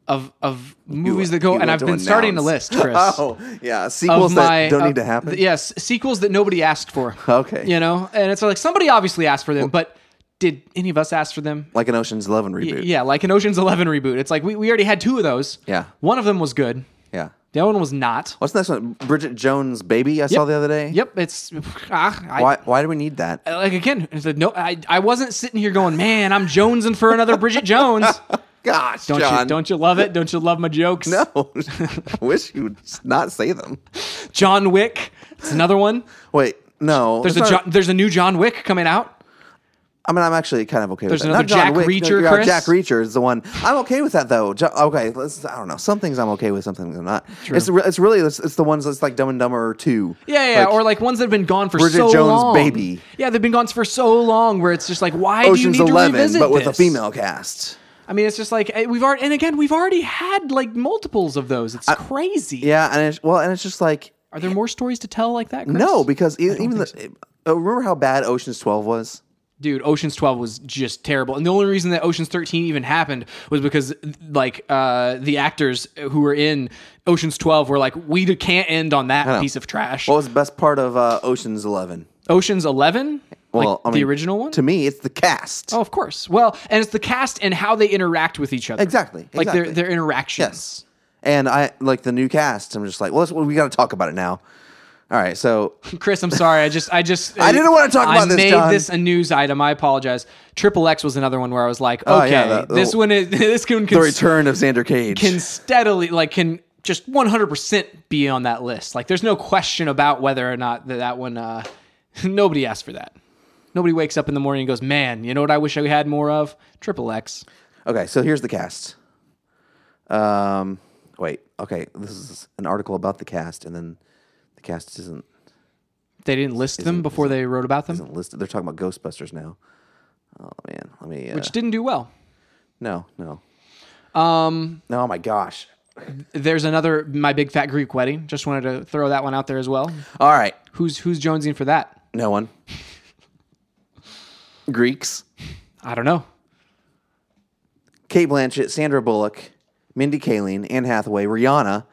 A: of of movies that go,
B: you
A: and
B: want
A: I've
B: to
A: been starting a
B: announce.
A: list,
B: [laughs]
A: Chris.
B: oh yeah, sequels that don't
A: uh,
B: need to happen.
A: th- yes, sequels that nobody asked for.
B: Okay.
A: you know, and it's like somebody obviously asked for them, but did any of us ask for them?
B: like an Ocean's Eleven
A: Y-
B: reboot.
A: Yeah, like an Ocean's Eleven reboot. It's like we, we already had two of those.
B: Yeah.
A: one of them was good.
B: yeah.
A: The other one was not.
B: What's the next one? Bridget Jones' Baby. I saw the other day.
A: Yep, Uh, it's ah, I,
B: Why? Why do we need that?
A: like again. I said no. I, I wasn't sitting here going, man, I'm jonesing for another Bridget
B: [laughs]
A: Jones.
B: Gosh,
A: Don't
B: John.
A: you? Don't you love it? Don't you love my jokes? [laughs]
B: [laughs] No, I wish you would not say them.
A: John Wick. It's another one.
B: Wait, no.
A: There's a
B: that's not-
A: John, there's a new John Wick coming out.
B: I mean, I'm actually kind of okay
A: There's
B: with that.
A: another
B: Not John
A: Jack
B: Wick,
A: Reacher,
B: no, yeah,
A: Chris.
B: Jack Reacher is the one. I'm okay with that though. Jo- okay, let's. I don't know. Some things I'm okay with. Some things I'm not. It's re- it's really it's, it's the ones that's like Dumb and Dumber two.
A: Yeah, yeah, or like ones that have been gone for
B: Bridget
A: so
B: Jones'
A: long.
B: Baby.
A: Yeah, they've been gone for so long where it's just like, why
B: Ocean's
A: do you need to
B: Eleven,
A: revisit
B: but with a
A: this?
B: female cast.
A: I mean, it's just like eh, we've already, and again, we've already had like multiples of those. It's crazy.
B: Yeah, and it's, well, and it's just like
A: Are there more stories to tell like that? Chris?
B: no, because e- even the, uh, remember how bad Ocean's Twelve was.
A: dude, Ocean's Twelve was just terrible, and the only reason that Ocean's Thirteen even happened was because like uh, the actors who were in Ocean's Twelve were like, we d- can't end on that piece of trash.
B: What was the best part of uh, Ocean's Eleven?
A: Ocean's Eleven,
B: Well,
A: like
B: I
A: the
B: mean,
A: original one.
B: To me, it's the cast.
A: Oh, of course. Well, and it's the cast and how they interact with each other.
B: Exactly,
A: Like
B: exactly.
A: their their interactions.
B: Yes. And I like the new cast. I'm just like, well, that's what we got to talk about it now. All right. So
A: Chris, I'm sorry. I just, I just,
B: [laughs] I didn't wanna talk
A: I
B: about this,
A: Made
B: John.
A: this a news item. I apologize. Triple X was another one where I was like, okay,
B: Oh, yeah, the- the-
A: this one is [laughs] this one
B: the
A: can,
B: return of Xander Cage.
A: can steadily like can just 100 percent be on that list. Like, there's no question about whether or not that that one. uh [laughs] Nobody asked for that. Nobody wakes up in the morning and goes, man, you know what? I wish I had more of Triple X.
B: okay. So here's the cast. Um, wait. Okay. This is an article about the cast, and then the cast isn't
A: They didn't list them before they wrote about them,
B: isn't listed. They're talking about Ghostbusters now. Oh man. Let me. Uh,
A: which didn't do well.
B: no. No. Um. No. Oh my gosh.
A: There's another my big fat Greek wedding. Just wanted to throw that one out there as well.
B: All right.
A: Who's who's jonesing for that?
B: No
A: [laughs]
B: one. Greeks.
A: I don't know.
B: Kate Blanchett, Sandra Bullock, Mindy Kaling, Anne Hathaway, Rihanna,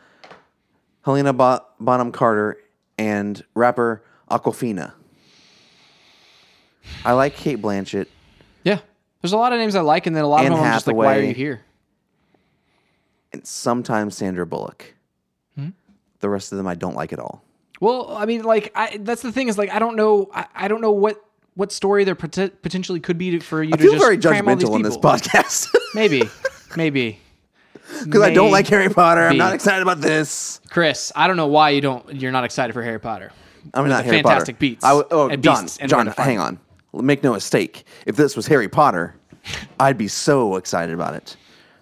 B: Helena Bo- Bonham Carter, and rapper Aquafina. I like Kate Blanchett.
A: Yeah, there's a lot of names I like, and then a lot
B: Anne
A: of them I'm just like, why are
B: Hathaway.
A: you here?
B: and sometimes Sandra Bullock.
A: Hmm?
B: The rest of them I don't like at all.
A: Well, I mean, like I, that's the thing is like I don't know I, I don't know what what story there pot- potentially could be to- for you
B: I
A: to
B: feel
A: just
B: very
A: cram all these
B: judgmental on this
A: people.
B: [laughs] podcast [laughs]
A: Maybe, maybe
B: because I don't
A: May
B: like Harry Potter. I'm
A: be.
B: not excited about this.
A: Chris. I don't know why you don't you're not excited for Harry Potter.
B: I'm not
A: the
B: Harry
A: fantastic
B: Potter.
A: beats
B: I w- oh,
A: and
B: John,
A: beasts and
B: John,
A: where to find
B: hang on. Make no mistake. If this was Harry
A: [laughs]
B: Potter, I'd be so excited about it.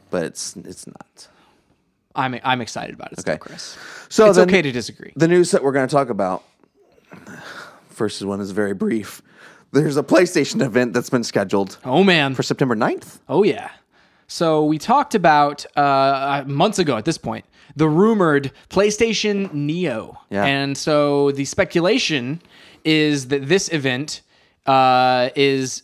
B: But it's it's not.
A: I'm I'm excited about it, still,
B: Okay.
A: Chris.
B: So
A: It's
B: the,
A: okay to disagree.
B: the news that we're going to talk about. First one is very brief. There's a PlayStation event that's been scheduled
A: Oh man,
B: for September 9th.
A: Oh yeah. So we talked about uh, months ago at this point the rumored PlayStation Neo,
B: Yeah.
A: and so the speculation is that this event uh, is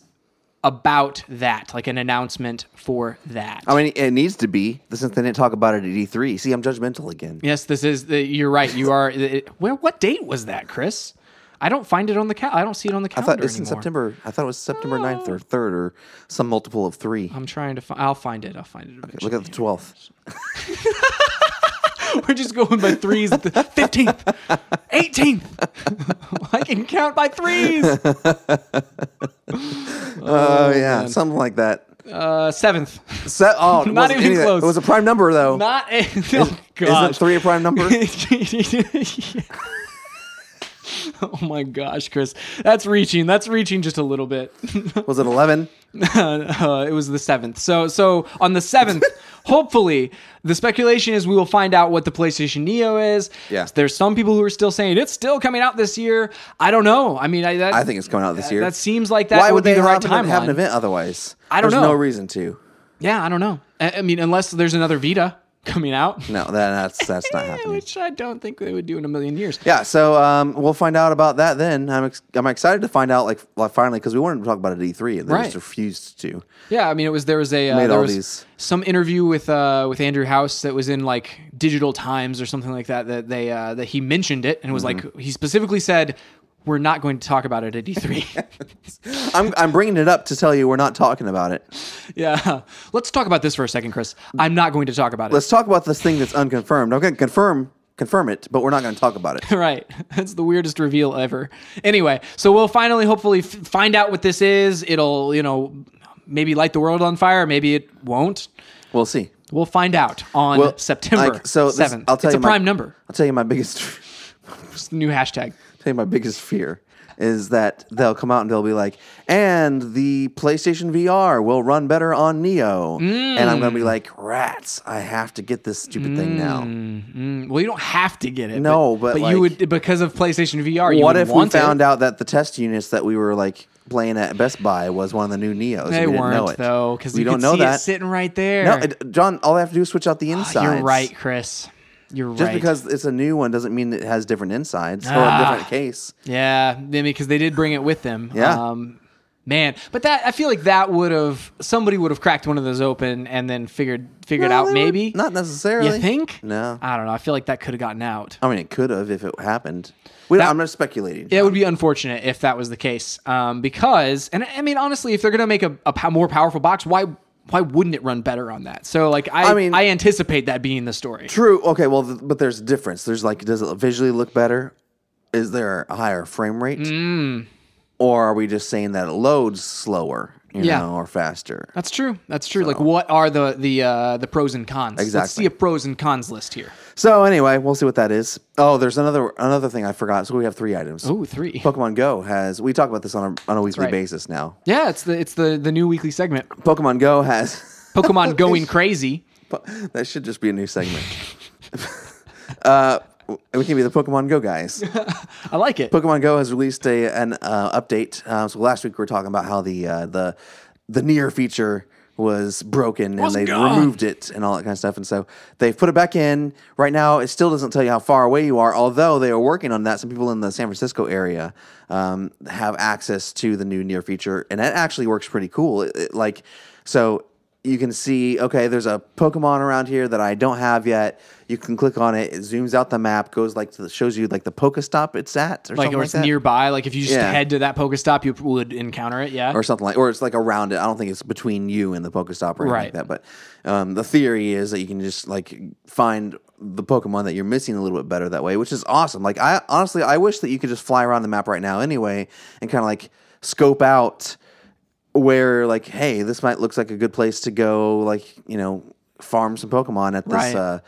A: about that, like an announcement for that.
B: I mean, it needs to be since they didn't talk about it at E3. See, I'm judgmental again.
A: yes, this is. The, you're right. You are. It, where? What date was that, Chris? I don't find it on the cal. I don't see it on the
B: I thought
A: calendar
B: it was in
A: anymore. Oh.
B: September. I thought it was September 9th or 3rd or some multiple of 3.
A: I'm trying to. Fi- I'll find it. I'll find it. Eventually.
B: Look at the 12th.
A: We're just going by threes.
B: [laughs]
A: Fifteenth, eighteenth. I can count by threes.
B: Oh, yeah, something like that.
A: Uh, seventh.
B: Se- oh,
A: [laughs]
B: it
A: Not
B: wasn't
A: even
B: any of that.
A: close.
B: It was a prime number though.
A: Not a, oh gosh.
B: Isn't three a
A: [laughs]
B: prime number?
A: oh my gosh, Chris, that's reaching. That's reaching just a little bit. [laughs]
B: was it eleven?
A: uh, it was the seventh. So so on the
B: [laughs]
A: seventh, hopefully, the speculation is we will find out what the PlayStation Neo is.
B: Yeah.
A: There's some people who are still saying it's still coming out this year. I don't know. I mean, I that,
B: I think it's coming out this year.
A: that seems like that
B: Why
A: would,
B: would
A: be
B: they
A: the right
B: have, an, have an
A: timeline.
B: event otherwise?
A: I don't
B: There's
A: know.
B: no reason to.
A: Yeah, I don't know. I, I mean, unless there's another Vita coming out,
B: No, that, that's
A: [laughs]
B: that's not happening.
A: which I don't think they would do in a million years.
B: Yeah, so um, we'll find out about that then. I'm ex- I'm excited to find out like, like finally because we wanted to talk about it at E3 and they
A: Right.
B: just refused to.
A: Yeah, I mean, it was there was a uh,
B: Made
A: there
B: all
A: was
B: these.
A: some interview with uh, with Andrew House that was in like Digital Times or something like that that they uh, that he mentioned it and was
B: Mm-hmm.
A: like he specifically said we're not going to talk about it at
B: [laughs]
A: E3.
B: I'm I'm bringing it up to tell you we're not talking about it.
A: [laughs] yeah, let's talk about this for a second, Chris. I'm not going to talk about it.
B: Let's talk about this thing that's unconfirmed. I'm going to confirm confirm it, but we're not going to talk about
A: [laughs]
B: it.
A: right. [laughs] That's the weirdest reveal ever. Anyway, so we'll finally, hopefully, f- find out what this is. It'll, you know, maybe light the world on fire. Maybe it won't.
B: We'll see.
A: We'll find out on
B: Well,
A: September
B: like, so this-
A: seventh.
B: I'll tell
A: it's
B: you
A: a
B: my-
A: prime number.
B: I'll tell you my biggest [laughs]
A: It's the new hashtag.
B: tell you my biggest fear is that they'll come out and they'll be like, and the PlayStation VR will run better on Neo, and I'm
A: Mm.
B: gonna be like, rats! I have to get this stupid thing now.
A: Mm, Well, you don't have to get it.
B: No, but,
A: but
B: like-
A: you would because of PlayStation VR. You
B: What
A: would
B: if we
A: want
B: found
A: it.
B: out that the test units that we were like playing at Best Buy was one of the new Neos?
A: They
B: and we
A: weren't
B: didn't know it.
A: though, because
B: we
A: you
B: don't
A: could
B: know
A: see
B: that.
A: it sitting right there. Ah,
B: no, it- John, all I have to do is switch out the insides.
A: You're right, Chris. You're
B: Just
A: right.
B: because it's a new one doesn't mean it has different insides
A: Ah.
B: or a different case.
A: Yeah, I mean, because they did bring it with them.
B: Yeah.
A: Um, man, but that I feel like that would have somebody would have cracked one of those open and then figured figured
B: No,
A: out
B: they would-
A: maybe.
B: not necessarily.
A: You think?
B: No.
A: I don't know. I feel like that could have gotten out.
B: I mean, it could have if it happened. We don't,
A: That-
B: I'm not speculating.
A: Yeah, it would be unfortunate if that was the case. Um, because, and I mean, honestly, if they're going to make a, a pow- more powerful box, why why wouldn't it run better on that? So, like, I
B: I mean-
A: I anticipate that being the story.
B: True. Okay. Well, th- but there's a difference. There's like, does it visually look better? Is there a higher frame rate?
A: Mm.
B: Or are we just saying that it loads slower, you
A: Yeah.
B: know, or faster?
A: That's true. That's true. Like, what are the the uh, the pros and cons? Let's
B: Exactly.
A: see a pros and cons list here.
B: So anyway, we'll see what that is. Oh, there's another another thing I forgot. So we have three items.
A: Oh, three.
B: Pokemon Go has. We talk about this on a on a weekly
A: right.
B: basis now.
A: Yeah, it's the it's the the new weekly segment.
B: Pokemon Go has. [laughs]
A: Pokemon going crazy.
B: Po- that should just be a new segment. [laughs] uh, we can be the Pokemon Go guys.
A: I like it.
B: Pokemon Go has released a an uh, update. Uh, so last week we were talking about how the uh, the the near feature was broken and
A: Was
B: they
A: gone.
B: removed it and all that kind of stuff. And so they've put it back in. Right now, it still doesn't tell you how far away you are. Although they are working on that. Some people in the San Francisco area um, have access to the new near feature, and that actually works pretty cool. It- it, like so. You can see, okay, there's a Pokemon around here that I don't have yet. You can click on it. It zooms out the map, goes like to the, shows you like the Pokestop it's at, or
A: like
B: something
A: or
B: like
A: it's
B: that.
A: nearby. Like if you just
B: Yeah.
A: head to that Pokestop, you would encounter it. Yeah.
B: or something like, or it's like around it. I don't think it's between you and the Pokestop or anything
A: Right.
B: like that. But um, the theory is that you can just like find the Pokemon that you're missing a little bit better that way, which is awesome. Like I honestly, I wish that you could just fly around the map right now anyway and kind of like scope out where like, hey, this might looks like a good place to go, like you know, farm some Pokemon at this.
A: Right.
B: Uh,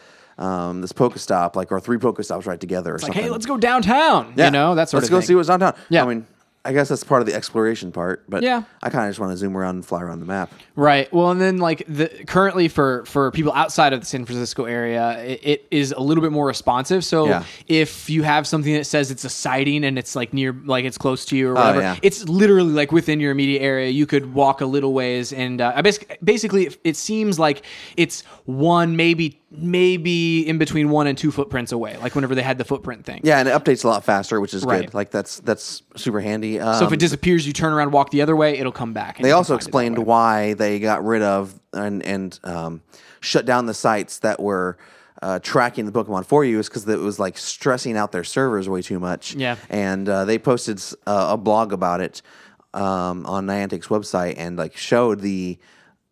B: um, this Pokestop, like, or three Pokestops right together, or
A: like
B: something.
A: hey, let's go downtown. You know that sort
B: Let's
A: of thing.
B: go see what's downtown.
A: Yeah.
B: I mean, I guess that's part of the exploration part, but
A: Yeah.
B: I kind of just want to zoom around and fly around the map.
A: Right. Well, and then like the currently for for people outside of the San Francisco area, it, it is a little bit more responsive. So
B: Yeah.
A: if you have something that says it's a sighting and it's like near, like it's close to you or whatever,
B: Oh, yeah.
A: it's literally like within your immediate area. You could walk a little ways, and uh, I basically, basically it, it seems like it's one maybe maybe in between one and two footprints away. Like whenever they had the footprint thing.
B: Yeah, and it updates a lot faster, which is
A: Right.
B: good. Like that's that's super handy. Um,
A: So if it disappears, you turn around, walk the other way, it'll come back. and
B: they
A: you can
B: also
A: find it that
B: explained
A: way.
B: why they got rid of and and um, shut down the sites that were. Uh, tracking the Pokemon for you is because it was like stressing out their servers way too much.
A: Yeah.
B: and uh, they posted s- uh, a blog about it um, on Niantic's website and like showed the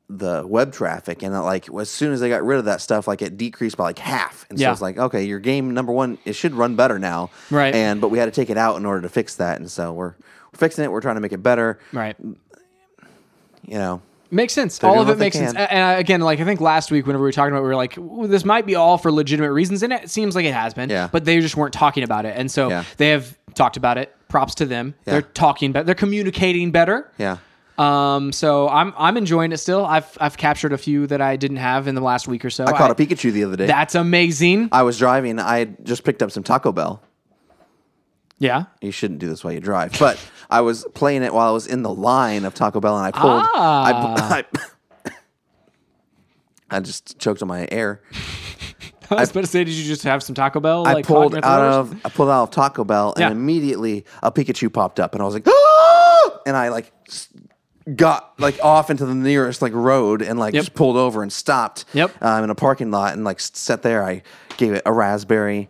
B: the web traffic and it, like as soon as they got rid of that stuff, like it decreased by like half. And so
A: Yeah.
B: it's like, okay, your game number one, it should run better now,
A: Right.
B: And but we had to take it out in order to fix that, and so we're, we're fixing it. We're trying to make it better,
A: right.
B: You know,
A: Makes sense.
B: doing
A: all of
B: what
A: it
B: they
A: makes sense.
B: can.
A: A- And uh, again, like I think last week, whenever we were talking about, it, we were like, "Ooh, "This might be all for legitimate reasons," and it seems like it has been.
B: Yeah.
A: But they just weren't talking about it, and so
B: Yeah.
A: they have talked about it. Props to them. They're talking better. They're communicating better.
B: yeah.
A: Um. So I'm I'm enjoying it still. I've I've captured a few that I didn't have in the last week or so.
B: I caught a Pikachu the other day.
A: That's amazing.
B: I was driving. I had just picked up some Taco Bell. [laughs]
A: yeah.
B: You shouldn't do this while you drive, but I was playing it while I was in the line of Taco Bell, and I pulled. I, [laughs] I, I just choked on my air.
A: I was about to say, did you just have some Taco Bell?
B: I
A: like, caught
B: pulled
A: in your
B: out
A: throat?
B: of I pulled out of Taco Bell,
A: Yeah.
B: and immediately a Pikachu popped up, and I was like, "Ah!" and I like s- got like off into the nearest like road and like just pulled over and stopped.
A: Yep.
B: um, in a parking lot and like s- sat there. I gave it a raspberry,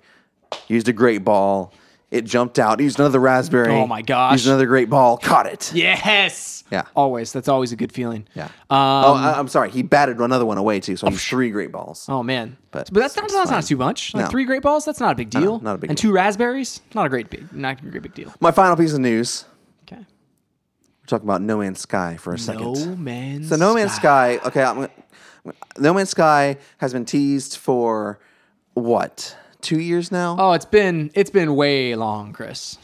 B: used a great ball, It jumped out. Used another raspberry.
A: Oh my gosh.
B: Used another great ball. Caught it.
A: Yes.
B: Yeah.
A: Always. That's always a good feeling.
B: Yeah.
A: Um,
B: oh, I, am sorry. He batted another one away too. So he's three great balls.
A: Oh man, but,
B: But
A: that's not
B: it's
A: that's not
B: fine.
A: too much. Like
B: No.
A: three great balls, that's not a big deal.
B: not a big
A: and
B: deal.
A: two raspberries, not a great big, not a great big deal.
B: My final piece of news.
A: Okay.
B: We're talking about No Man's Sky for a second.
A: No man's.
B: So No Man's Sky. Okay, I'm, gonna- No Man's Sky has been teased for what two years now.
A: Oh, it's been it's been way long, Chris.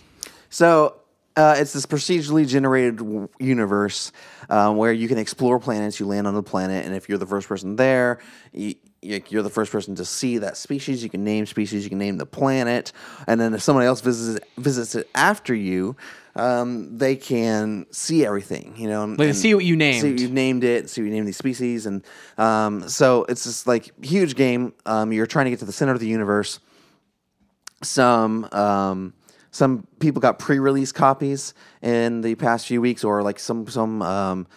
B: So uh, it's this procedurally generated w- universe um, where you can explore planets. You land on a planet, and if you're the first person there, you, you're the first person to see that species. You can name species. You can name the planet, and then if someone else visits visits it after you, um, they can see everything. You know,
A: Like
B: and-
A: see what you named.
B: See, you've named it. So you named these species, and um, so it's this like huge game. Um, you're trying to get to the center of the universe. Some um, some people got pre-release copies in the past few weeks, or like some some um,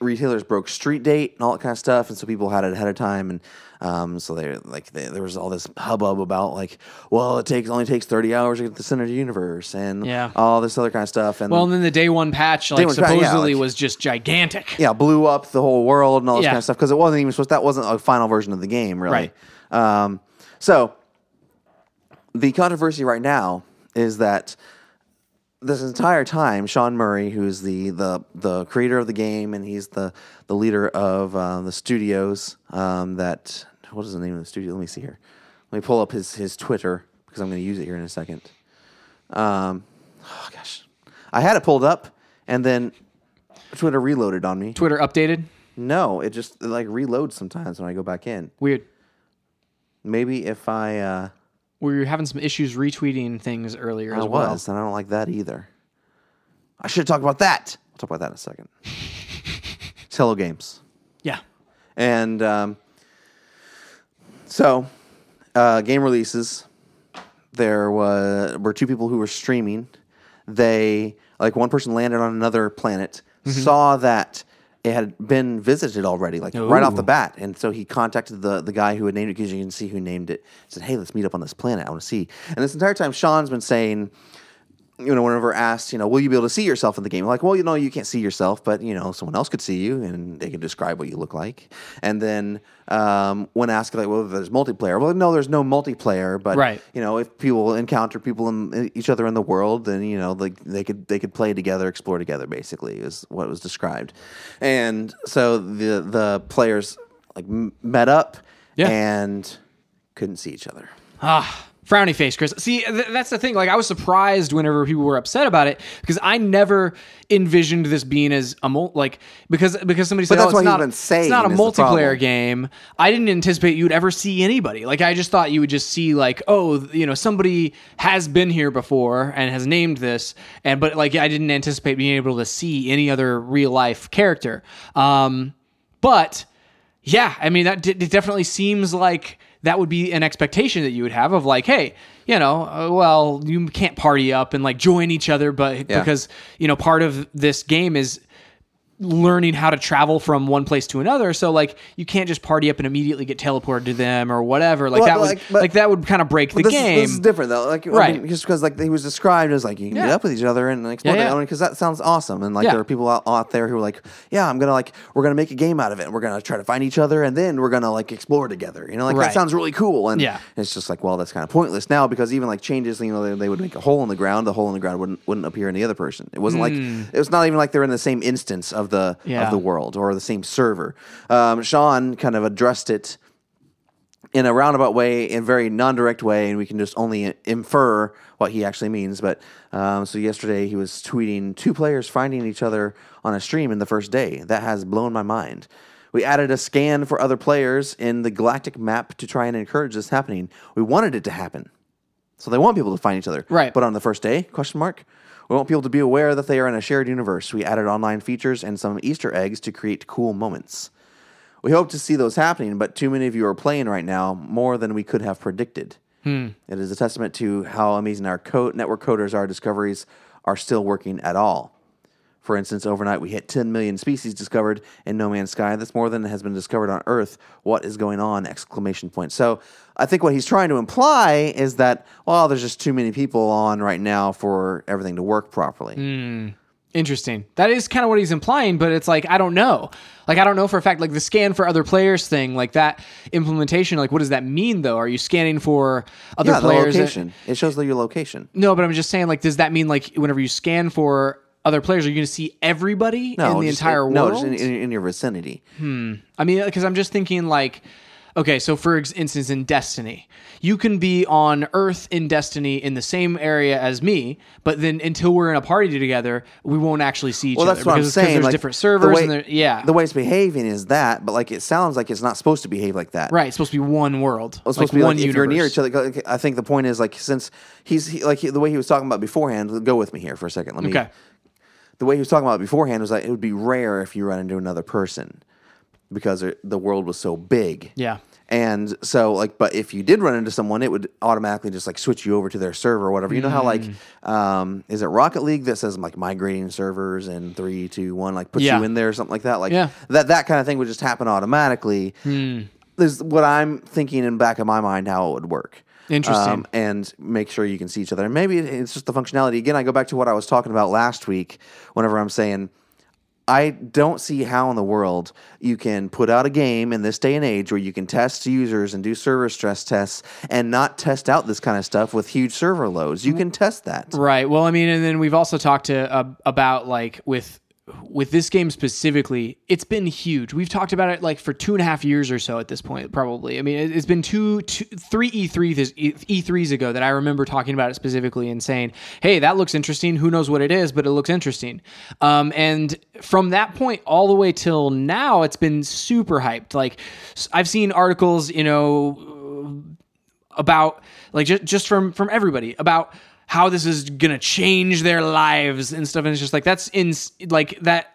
B: retailers broke street date and all that kind of stuff, and so people had it ahead of time, and um, so they like they, there was all this hubbub about like, well, it takes only takes thirty hours to get to the center of the universe, and
A: Yeah.
B: all this other kind of stuff, and
A: well, and then the day one patch, like
B: one patch, yeah,
A: supposedly,
B: like-
A: was just gigantic.
B: yeah, blew up the whole world and all this
A: Yeah.
B: kind of stuff because it wasn't even supposed. That wasn't a final version of the game, really. Right. Um, so the controversy right now is that this entire time, Sean Murray, who's the the the creator of the game and he's the the leader of uh, the studios um, that what is the name of the studio? Let me see here. Let me pull up his his Twitter because I'm going to use it here in a second. Um, oh gosh, I had it pulled up and then Twitter reloaded on me.
A: Twitter updated.
B: No, it just it, like reloads sometimes when I go back in.
A: Weird.
B: Maybe if I uh,
A: We were having some issues retweeting things earlier
B: I
A: as well.
B: Oh, was, then I don't like that either. I should talk about that. I'll talk about that in a [laughs] second. it's Hello Games,
A: Yeah.
B: and um, so uh, game releases. There was were two people who were streaming. They like one person landed on another planet, saw that it had been visited already, like right off the
A: Ooh.
B: bat. bat. And so he contacted the, the guy who had named it because you can see who named it. He said, Hey, let's meet up on this planet. I want to see. And this entire time, Sean's been saying, you know, whenever asked, you know, will you be able to see yourself in the game? Like, well, you know, you can't see yourself, but, you know, someone else could see you and they can describe what you look like. And then um, when asked, like, well, there's multiplayer. Well, no, there's no multiplayer, but,
A: Right.
B: you know, if people encounter people in each other in the world, then, you know, like they could, they could play together, explore together, basically, is what was described. And so the, the players like m- met up
A: Yeah.
B: and couldn't see each other.
A: Ah, frowny face, Chris. See, th- that's the thing. Like, I was surprised whenever people were upset about it because I never envisioned this being as a mul- like because because somebody said,
B: that's
A: "Oh, it's
B: what he's
A: not
B: been
A: it's
B: saying
A: not a
B: is the
A: multiplayer
B: problem.
A: game." I didn't anticipate you'd ever see anybody. Like, I just thought you would just see like, oh, th- you know, somebody has been here before and has named this, and but like, I didn't anticipate being able to see any other real life character. Um, but yeah, I mean that d- it definitely seems like that would be an expectation that you would have of like, hey, you know, uh, well, you can't party up and like join each other, but
B: Yeah.
A: because you know part of this game is learning how to travel from one place to another. So like you can't just party up and immediately get teleported to them or whatever. Like
B: Well,
A: that
B: like,
A: was
B: but-
A: like that would kind of break the
B: this
A: game.
B: Is, this is different though, like
A: Right.
B: right? just because like he was described as like you can meet
A: Yeah.
B: up with each other and like
A: Yeah,
B: explore
A: yeah.
B: that. I mean, because that sounds awesome, and like
A: Yeah.
B: there are people out, out there who are like, yeah, I'm gonna like we're gonna make a game out of it. and We're gonna try to find each other, and then we're gonna like explore together. You know, like
A: Right.
B: that sounds really cool. And
A: Yeah.
B: it's just like well, that's kind of pointless now because even like changes, you know, they, they would make a hole in the ground. The hole in the ground wouldn't wouldn't appear in the other person. It wasn't like it was not even like they're in the same instance of the
A: Hmm. Yeah.
B: of the world or the same server. Um, Sean kind of addressed it in a roundabout way, in a very non-direct way, and we can just only infer what he actually means. But um, so yesterday he was tweeting two players finding each other on a stream in the first day. That has blown my mind. We added a scan for other players in the galactic map to try and encourage this happening. We wanted it to happen, so they want people to find each other.
A: Right.
B: But on the first day? Question mark. We want people to be aware that they are in a shared universe. We added online features and some Easter eggs to create cool moments. We hope to see those happening, but too many of you are playing right now more than we could have predicted.
A: Hmm.
B: It is a testament to how amazing our co- network coders, our discoveries are still working at all. For instance, overnight we hit 10 million species discovered in No Man's Sky. That's more than has been discovered on Earth. What is going on? Exclamation point. So I think what he's trying to imply is that, well, there's just too many people on right now for everything to work properly.
A: Hmm. Interesting. That is kind of what he's implying, but it's like I don't know. Like I don't know for a fact. Like the scan for other players thing, like that implementation. Like what does that mean though? Are you scanning for other
B: Yeah, the
A: players? that-
B: location. It shows your location.
A: no, but I'm just saying. Like, does that mean like whenever you scan for other players, are you going to see everybody in the
B: just
A: entire
B: in,
A: world?
B: No, just in, in, in your vicinity.
A: I mean, because I'm just thinking like, okay, so for ex- instance, in Destiny, you can be on Earth in Destiny in the same area as me, but then until we're in a party together, we won't actually see each
B: Well,
A: other
B: that's what I'm
A: because it's- 'cause
B: saying.
A: there's
B: like,
A: different
B: the
A: servers,
B: way-
A: and there, yeah,
B: the way it's behaving is that, but like it sounds like it's not supposed to behave like that.
A: right. It's supposed to be one world.
B: It's supposed
A: like
B: to be
A: one
B: like if you're near
A: universe.
B: each other. like, I think the point is like since he's he, like the way he was talking about beforehand. Go with me here for a second. Let me.
A: Okay.
B: The way he was talking about it beforehand was like it would be rare if you run into another person because it- the world was so big.
A: Yeah.
B: And so, like, but if you did run into someone, it would automatically just like switch you over to their server or whatever. You know how like,
A: Mm.
B: um, is it Rocket League that says like migrating servers and three, two, one, like puts
A: Yeah.
B: you in there or something like that? Like
A: Yeah. Hmm.
B: that that kind of thing would just happen automatically. Is what I'm thinking in back of my mind how it would work.
A: Interesting.
B: Um, and make sure you can see each other. And maybe it- it's just the functionality. Again, I go back to what I was talking about last week. Whenever I'm saying I don't see how in the world you can put out a game in this day and age where you can test users and do server stress tests and not test out this kind of stuff with huge server loads. You can test that.
A: Right. Well, I mean, and then we've also talked to uh, about like with with this game specifically, it's been huge. We've talked about it like for two and a half years or so at this point, probably. I mean, it, it's been two, two, three E3s E3s ago that I remember talking about it specifically and saying, "Hey, that looks interesting. Who knows what it is, but it looks interesting." Um, and from that point all the way till now, it's been super hyped. Like s- I've seen articles, you know, about like just just from from everybody about how this is gonna change their lives and stuff and it's just like that's in like that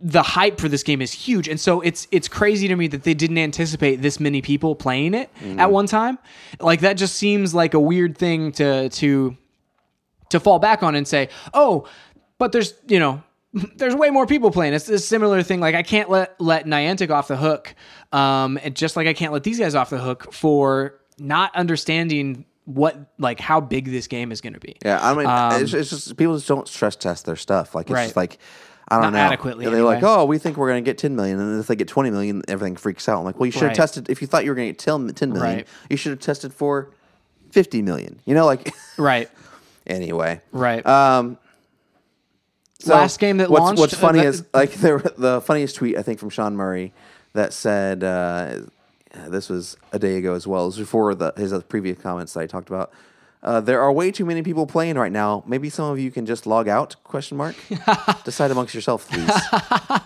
A: the hype for this game is huge and so it's it's crazy to me that they didn't anticipate this many people playing it at one time like that just seems like a weird thing to to to fall back on and say, oh, but there's you know [laughs] there's way more people playing. It's a similar thing. Like I can't let let Niantic off the hook, um, and just like I can't let these guys off the hook for not understanding what like how big this game is going to be.
B: Yeah, I mean, it's, it's just people just don't stress test their stuff. Like it's
A: Um, Right.
B: just like I don't
A: Not
B: know.
A: adequately,
B: They're like,
A: anyway.
B: oh, we think we're going to get ten million, and if they get twenty million, everything freaks out. I'm like, well, you should have
A: Right.
B: tested. If you thought you were going to get 10 10 million,
A: Right.
B: you should have tested for fifty million. You know, like [laughs]
A: Right.
B: anyway.
A: Right.
B: Um, so
A: Last game that
B: what's,
A: launched,
B: What's
A: uh,
B: funny
A: that-
B: is like [laughs] the the funniest tweet I think from Sean Murray that said uh, this was a day ago as well. It was before the his uh, previous comments that I talked about. Uh, there are way too many people playing right now. Maybe some of you can just log out?
A: [laughs]
B: Question mark. Decide amongst yourself, please.
A: [laughs]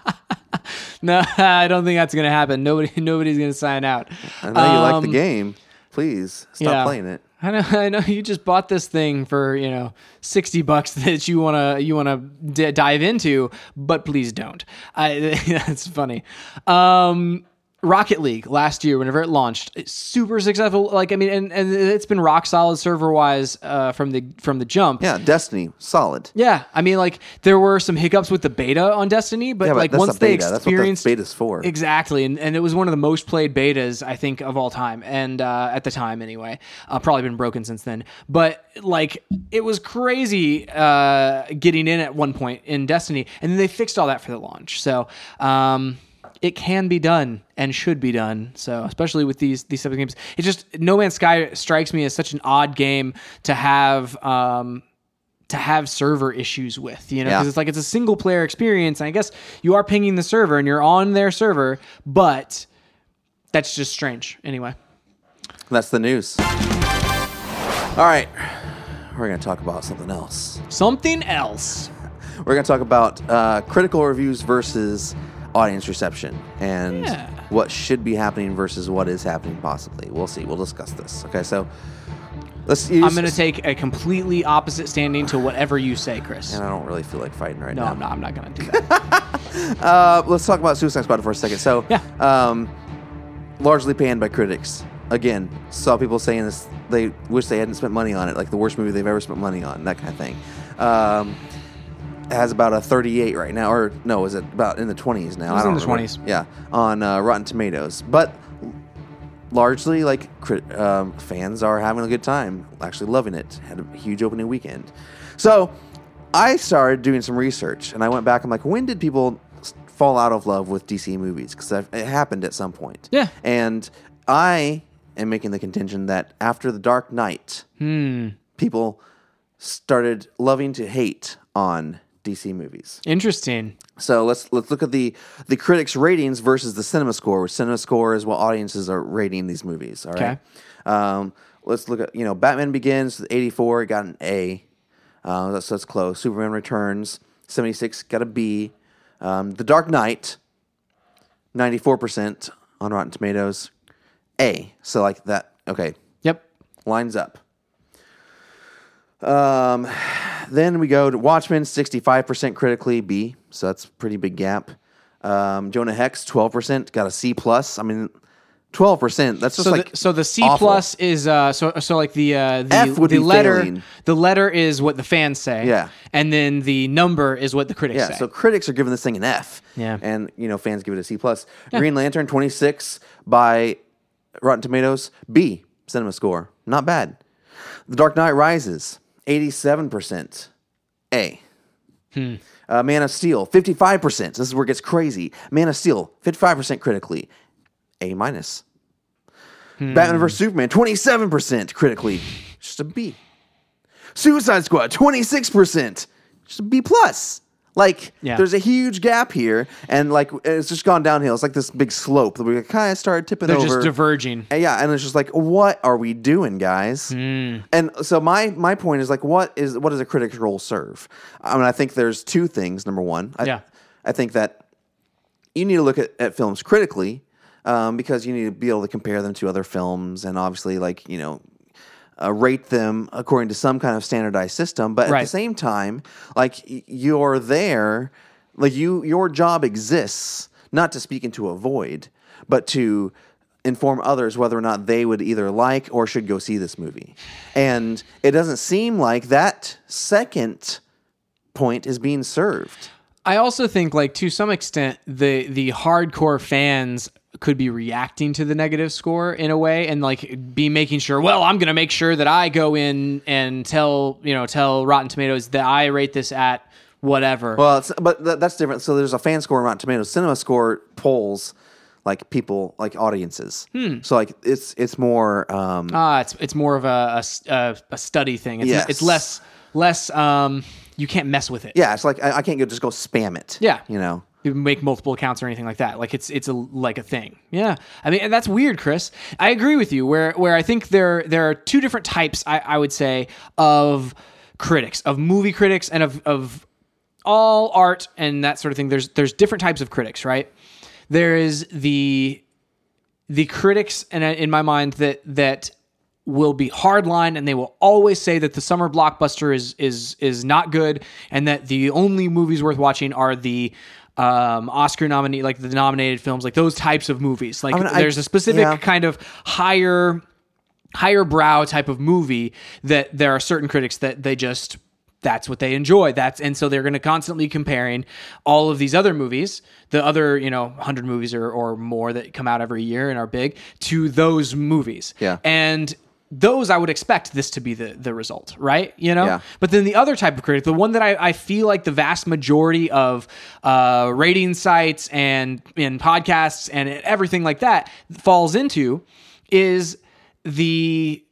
A: no, [laughs] I don't think that's going to happen. Nobody [laughs] nobody's going to sign out.
B: I know you like the game. Please stop
A: Um, yeah.
B: playing it.
A: I know, [laughs] I know. You just bought this thing for you know sixty bucks [laughs] that you wanna you wanna d- dive into, but please don't. I [laughs] that's funny. Um, Rocket League last year, whenever it launched, it's super successful. Like I mean, and, and it's been rock solid server wise uh, from the from the jump.
B: Yeah, Destiny, solid.
A: Yeah, I mean, like there were some hiccups with the beta on Destiny, but
B: Yeah, but
A: like
B: that's
A: once
B: a
A: they
B: beta. That's what the
A: experienced
B: beta's for.
A: exactly, and, and it was one of the most played betas I think of all time, and uh, at the time anyway, uh, probably been broken since then. But like it was crazy uh, getting in at one point in Destiny, and then they fixed all that for the launch. So. Um, it can be done and should be done. So, especially with these these type of games, it just No Man's Sky strikes me as such an odd game to have um, to have server issues with, you know,
B: Yeah.
A: because it's like it's a single player experience. And I guess you are pinging the server and you're on their server, but that's just strange anyway.
B: That's the news. All right, we're gonna talk about something else.
A: Something else.
B: We're going to talk about uh, critical reviews versus audience reception and
A: Yeah.
B: what should be happening versus what is happening possibly. We'll see. We'll discuss this. Okay, so let's use.
A: I'm going to take a completely opposite standing to whatever you say, Chris.
B: and I don't really feel like fighting right
A: No,
B: now.
A: I'm not. I'm not going to do that. [laughs]
B: Uh, let's talk about Suicide Squad for a second. So,
A: Yeah.
B: um, largely panned by critics. Again, saw people saying this. They wish they hadn't spent money on it, like the worst movie they've ever spent money on, that kind of thing. Um, has about a 38 right now, or no, is it about in the 20s now?
A: was
B: I don't
A: in the
B: remember.
A: 20s.
B: Yeah, on uh, Rotten Tomatoes, but largely like crit- um, fans are having a good time, actually loving it. Had a huge opening weekend, so I started doing some research and I went back. I'm like, when did people s- fall out of love with DC movies? Because it happened at some point.
A: Yeah.
B: and I am making the contention that after the Dark Knight, people started loving to hate on DC movies.
A: Interesting.
B: So let's let's look at the the critics' ratings versus the cinema score. Where cinema score is what audiences are rating these movies. All right. Um, let's look at you know Batman Begins eighty four got an A, uh, that's, that's close. Superman Returns seventy six got a B. Um, the Dark Knight ninety four percent on Rotten Tomatoes, A. So like that. Okay,
A: Yep.
B: lines up. Um, then we go to Watchmen, 65% critically B, so that's a pretty big gap. Um, Jonah Hex, 12%, got a C plus. I mean, 12%. That's just
A: So,
B: like
A: the, so the C
B: awful.
A: plus is uh so so like the uh the,
B: F would
A: the
B: be
A: letter
B: failing.
A: the letter is what the fans say
B: Yeah.
A: and then the number is what the critics
B: Yeah,
A: say
B: so critics are giving this thing an F.
A: Yeah.
B: And you know, fans give it a C plus. Green Lantern 26 by Rotten Tomatoes, B cinema score. Not bad. The Dark Knight Rises, 87%. A. Uh, Man of Steel, 55%. This is where it gets crazy. Man of Steel, 55% critically. A minus.
A: Hmm.
B: Batman vs. Superman, 27% critically. Just a B. Suicide Squad, 26%. Just a B plus. Like
A: Yeah.
B: there's a huge gap here, and like it's just gone downhill. It's like this big slope that we kind of started tipping
A: they're
B: over.
A: just diverging
B: And yeah, and it's just like, what are we doing, guys? And so my my point is like, what is what does a critic's role serve? I mean, I think there's two things. Number one, I,
A: Yeah.
B: I think that you need to look at, at films critically um, because you need to be able to compare them to other films and obviously like you know uh, rate them according to some kind of standardized system but at the
A: Right.
B: same time like y- you're there like you your job exists not to speak into a void but to inform others whether or not they would either like or should go see this movie and it doesn't seem like that second point is being served
A: I also think like to some extent the the hardcore fans could be reacting to the negative score in a way and like be making sure well I'm going to make sure that I go in and tell you know tell Rotten Tomatoes that I rate this at whatever
B: Well, it's, but th- that's different. So there's a fan score on Rotten Tomatoes. Cinema score polls like people, like audiences. So like it's it's more. Um,
A: ah it's it's more of a a s- a, a study thing it's
B: Yes.
A: it's less less um you can't mess with it
B: yeah, it's like I, I can't go just go spam it.
A: Yeah.
B: you know.
A: you make multiple accounts or anything like that. Like it's it's a like a thing. Yeah, I mean and that's weird, Chris. I agree with you. Where where I think there there are two different types. I, I would say of critics, of movie critics, and of of all art and that sort of thing. There's there's different types of critics, right? There is the the critics, and I- in my mind that that will be hardline and they will always say that the summer blockbuster is is is not good and that the only movies worth watching are the um Oscar nominee like the nominated films like those types of movies like
B: mean, I-
A: there's a specific
B: yeah.
A: kind of higher higher brow type of movie that there are certain critics that they just that's what they enjoy that's and so they're going to constantly comparing all of these other movies the other you know 100 movies or, or more that come out every year and are big to those movies
B: Yeah.
A: and those i would expect this to be the the result right you know
B: Yeah.
A: but then the other type of critic the one that i, I feel like the vast majority of uh rating sites and and podcasts and everything like that falls into is the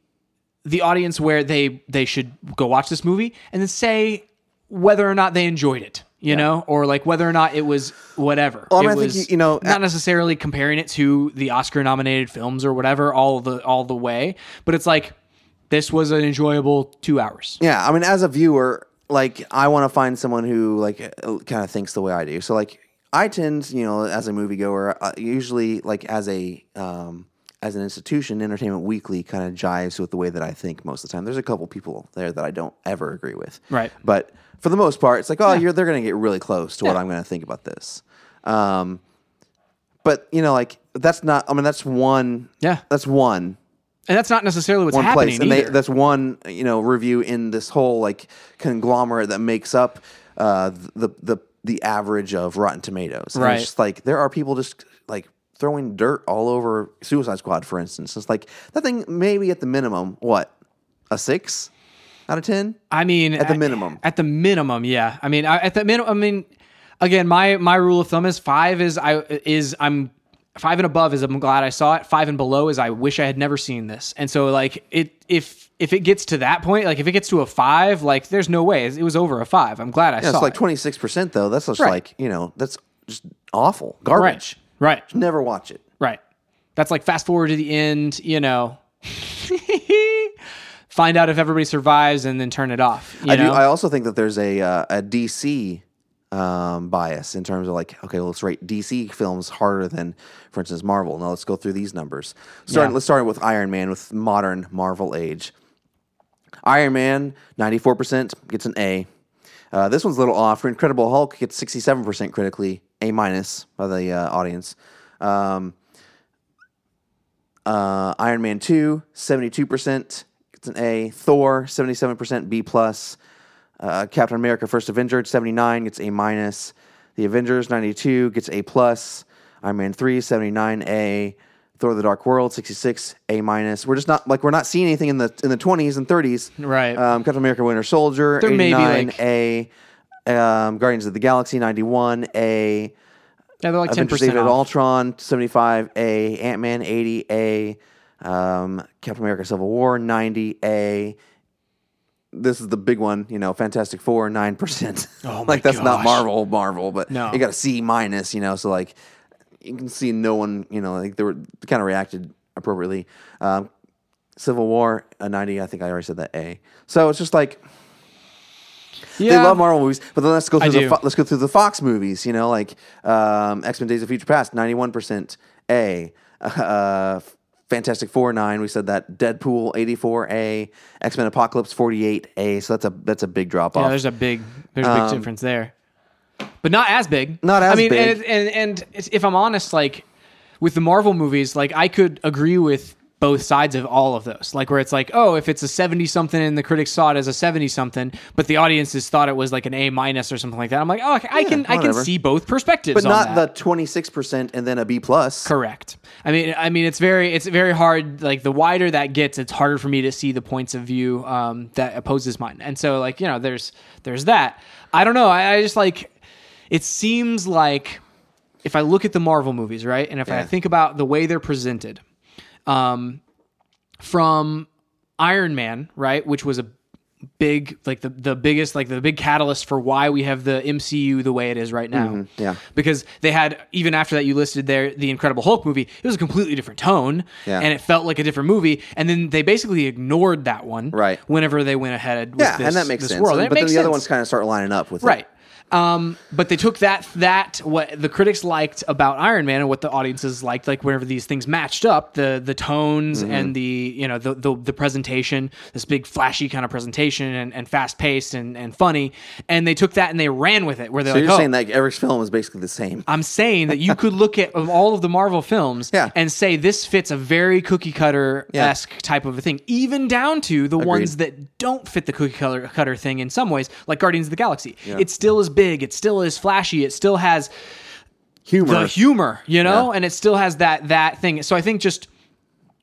A: the audience where they they should go watch this movie and then say whether or not they enjoyed it you know or like whether or not it was whatever
B: I
A: it
B: mean, I think
A: was
B: you- you know,
A: not necessarily comparing it to the oscar nominated films or whatever all the all the way but it's like this was an enjoyable two hours
B: Yeah, I mean, as a viewer, like I want to find someone who like kind of thinks the way I do. So like I tend, you know, as a moviegoer, uh, usually like as a um, as an institution, Entertainment Weekly kind of jives with the way that I think most of the time. There's a couple people there that I don't ever agree with,
A: Right.
B: But for the most part, it's like, oh, you're they're going to get really close to what I'm going to think about this. Um, but you know, like that's not. I mean, that's one.
A: Yeah.
B: that's one
A: and that's not necessarily what's
B: one
A: happening
B: place, and
A: either.
B: they, that's one you know review in this whole like conglomerate that makes up uh, the the the average of Rotten Tomatoes. And
A: Right.
B: It's just like there are people just like throwing dirt all over Suicide Squad, for instance. It's like that thing maybe at the minimum what a six out of ten.
A: I mean,
B: At the minimum.
A: At the minimum, yeah. I mean, I, at the minimum, I mean, again, my my rule of thumb is five is I is I'm five and above is I'm glad I saw it. Five and below is I wish I had never seen this. And so like it if if it gets to that point, like if it gets to a five, like there's no way it was over a five. I'm glad I saw
B: It's like
A: it.
B: twenty six percent though. That's just
A: Right.
B: like you know that's just awful garbage.
A: Right, right,
B: Never watch it.
A: right. That's like fast forward to the end. You know. [laughs] Find out if everybody survives and then turn it off. You
B: I
A: know?
B: do. I also think that there's a uh, a DC um, bias in terms of like, okay, let's rate DC films harder than, for instance, Marvel. Now let's go through these numbers. Starting,
A: Yeah.
B: let's start with Iron Man with modern Marvel age. Iron Man, ninety four percent gets an A. Uh, this one's a little off. Incredible Hulk gets sixty seven percent critically, A minus by the uh, audience. Um, uh, Iron Man 2, 72%. It's an A. Thor, 77%, B plus. Uh, Captain America First Avenger, at 79, gets A minus. The Avengers, 92, gets A plus. Iron Man 3, 79, A. Thor the Dark World, 66, A minus. We're just not like we're not seeing anything in the in the 20s and 30s.
A: Right.
B: Um, Captain America Winter Soldier,
A: There may be,
B: 89,
A: like-
B: A. Um, Guardians of the Galaxy, 91, A.
A: yeah, they're like ten
B: Avengers
A: percent
B: David
A: off.
B: Ultron, 75A, Ant Man, 80A, um, Captain America Civil War, 90A. This is the big one, you know, Fantastic Four, 9%.
A: [laughs] Oh my
B: like, that's not
A: gosh.
B: Marvel, Marvel, but
A: No.
B: it got a C minus, you know, so like you can see no one, you know, like they were kind of reacted appropriately. Um, Civil War, a 90, I think I already said that A. So it's just like,
A: yeah.
B: they love Marvel movies, but then let's go through the
A: do.
B: Fo- let's go through the Fox movies. You know, like um, X Men: Days of Future Past, ninety one percent A. Uh, Fantastic Four nine, we said that. Deadpool eighty four A. X Men Apocalypse forty eight A. So that's a that's a big drop
A: Yeah,
B: off. Um,
A: there's a big there's a big difference there, but not as big.
B: Not as
A: I mean,
B: big.
A: and and, and it's- if I'm honest, like with the Marvel movies, like I could agree with both sides of all of those. Like where it's like, oh, if it's a seventy something and the critics saw it as a seventy something, but the audiences thought it was like an A minus or something like that. I'm like, oh, I I can I can
B: whatever.
A: see both perspectives.
B: but
A: on
B: not
A: that.
B: the twenty six percent and then a B plus.
A: Correct. I mean, I mean, it's very, it's very hard. Like the wider that gets, it's harder for me to see the points of view um, that opposes mine. And so, like you know, there's, there's that. I don't know. I, I just like, it seems like if I look at the Marvel movies, right, and if I
B: Yeah.
A: think about the way they're presented, um, from Iron Man, right, which was a big like the the biggest like the big catalyst for why we have the MCU the way it is right now.
B: Mm-hmm. yeah.
A: Because they had even after that you listed there the Incredible Hulk movie, it was a completely different tone
B: Yeah.
A: and it felt like a different movie and then they basically ignored that one
B: Right.
A: whenever they went ahead with
B: Yeah,
A: this,
B: and that makes
A: this
B: sense.
A: world. And it
B: but then the
A: makes
B: other
A: sense.
B: ones kind of start lining up with it.
A: Right. Um, but they took that that what the critics liked about Iron Man and what the audiences liked, like whenever these things matched up, the the tones
B: Mm-hmm.
A: and the you know the, the the presentation, this big flashy kind of presentation and, and fast paced and, and funny, and they took that and they ran with it. Where they're
B: So
A: like,
B: you're
A: oh,
B: saying that every film is basically the same.
A: [laughs] I'm saying that you could look at of all of the Marvel films
B: Yeah.
A: and say this fits a very cookie cutter esque type of a thing, even down to the ones that don't fit the cookie cutter cutter thing in some ways, like Guardians of the Galaxy. It still is big, it still is flashy, it still has
B: Humor.
A: the humor, you know, and it still has that that thing. So I think just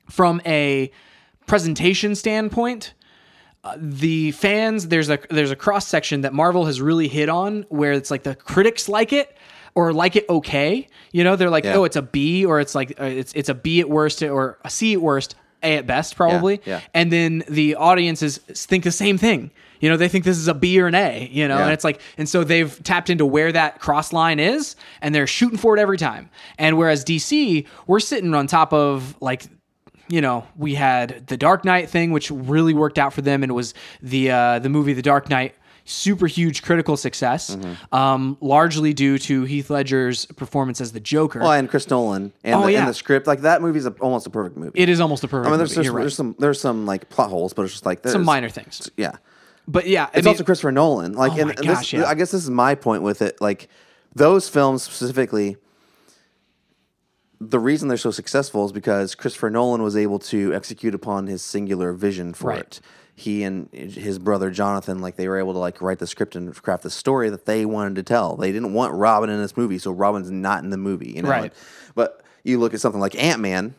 A: from a presentation standpoint, uh, the fans there's a there's a cross section that Marvel has really hit on where it's like the critics like it or like it okay, you know, they're like
B: Yeah.
A: oh it's a B or it's like uh, it's it's a B at worst or a C at worst, A at best probably,
B: yeah.
A: and then the audiences think the same thing. You know, they think this is a B or an A, you know,
B: Yeah.
A: and it's like, and so they've tapped into where that cross line is and they're shooting for it every time. And whereas DC, we're sitting on top of like, you know, we had the Dark Knight thing, which really worked out for them, and was the uh, the movie The Dark Knight, super huge critical success,
B: Mm-hmm.
A: um, largely due to Heath Ledger's performance as the Joker.
B: Oh, and Chris Nolan and,
A: Oh,
B: the,
A: yeah.
B: and the script. Like that movie's a, almost a perfect movie.
A: it is almost a perfect.
B: I mean, there's,
A: movie,
B: there's,
A: you're right.
B: there's some there's some like plot holes, but it's just like there's
A: some minor things,
B: Yeah,
A: but yeah, I
B: it's
A: mean-
B: also Christopher Nolan. Like,
A: Oh
B: and
A: my
B: this-
A: gosh, yeah.
B: I guess this is my point with it. Like, those films specifically, the reason they're so successful is because Christopher Nolan was able to execute upon his singular vision for
A: Right.
B: it. he and his brother Jonathan like they were able to like write the script and craft the story that they wanted to tell. They didn't want Robin in this movie, so Robin's not in the movie, you know.
A: Right.
B: But you look at something like Ant Man,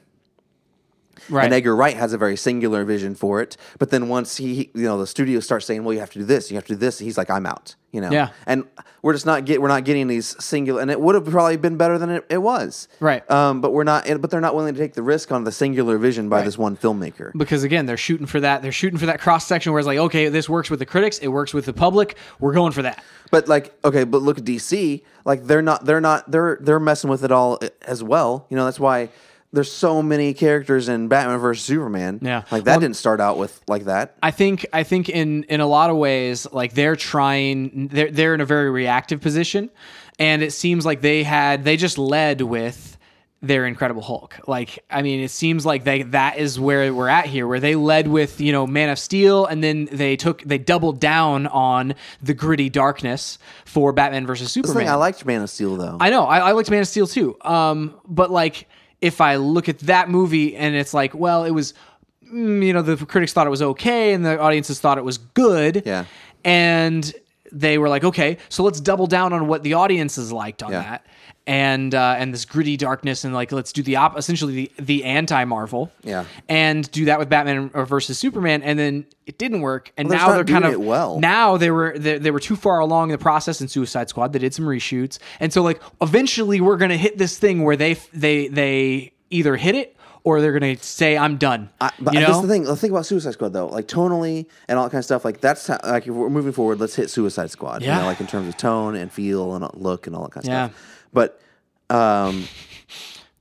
A: Right.
B: and Edgar Wright has a very singular vision for it. But then once he, you know, the studio starts saying, "Well, you have to do this, you have to do this," he's like, "I'm out," you know.
A: Yeah.
B: And we're just not get we're not getting these singular, and it would have probably been better than it, it was.
A: Right.
B: Um, but we're not, but they're not willing to take the risk on the singular vision by this one filmmaker.
A: because again they're shooting for that they're shooting for that cross section where it's like okay this works with the critics it works with the public we're going for that
B: But like, okay, but look at DC. Like they're not, they're not, they're they're messing with it all as well. You know, that's why. There's so many characters in Batman versus Superman.
A: Yeah.
B: like that didn't start out with like that.
A: I think I think in in a lot of ways, like they're trying, they're they're in a very reactive position, and it seems like they had they just led with their Incredible Hulk. Like I mean, it seems like they that is where we're at here, where they led with you know Man of Steel, and then they took they doubled down on the gritty darkness for Batman versus
B: That's the
A: Superman.
B: thing, I liked Man of Steel though.
A: I know. I, I liked Man of Steel too. Um, but like, if I look at that movie and it's like, well, it was, mm, you know, the critics thought it was okay and the audiences thought it was good.
B: Yeah.
A: And they were like, okay, so let's double down on what the audiences liked on
B: Yeah.
A: that. And uh, and this gritty darkness and like let's do the op essentially the, the anti Marvel
B: Yeah.
A: and do that with Batman or versus Superman and then it didn't work and
B: Well, they're
A: now
B: not
A: they're kind
B: doing
A: of
B: it well.
A: now they were they, they were too far along in the process in Suicide Squad. They did some reshoots, and so like eventually we're gonna hit this thing where they they they either hit it or they're gonna say I'm done.
B: I, but
A: you know,
B: that's the thing. The thing about Suicide Squad, though, like tonally and all that kind of stuff, like that's how, like if we're moving forward. Let's hit Suicide Squad, you
A: Yeah.
B: know, like in terms of tone and feel and look and all that kind of
A: Yeah.
B: stuff. But um,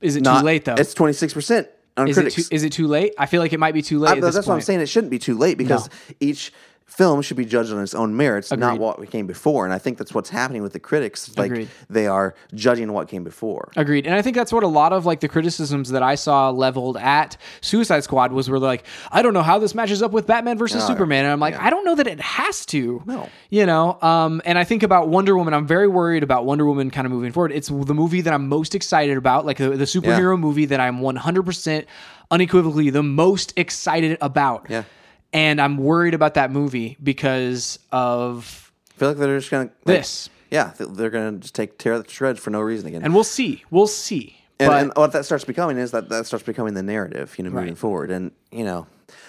A: is it
B: not
A: too late though?
B: It's twenty six percent on
A: Is it,
B: critics.
A: too, is it too late? I feel like it might be too late.
B: I-
A: at
B: that's
A: this
B: what I'm
A: point.
B: saying. It shouldn't be too late because each film should be judged on its own merits, not
A: Agreed.
B: what came before. And I think that's what's happening with the critics. Like
A: Agreed.
B: they are judging what came before.
A: Agreed. And I think that's what a lot of like the criticisms that I saw leveled at Suicide Squad was were like, I don't know how this matches up with Batman versus Superman. And I'm like, I don't know that it has to.
B: No.
A: You know? Um, and I think about Wonder Woman. I'm very worried about Wonder Woman kind of moving forward. It's the movie that I'm most excited about, like the, the superhero movie that I'm 100% unequivocally the most excited about.
B: Yeah.
A: And I'm worried about that movie because of
B: I feel like they're just gonna like,
A: This.
B: Yeah, th- they're gonna just take tear the shreds for no reason again.
A: and we'll see. We'll see.
B: And,
A: but
B: and what that starts becoming is that that starts becoming the narrative, you know, moving
A: Right.
B: forward. And you know,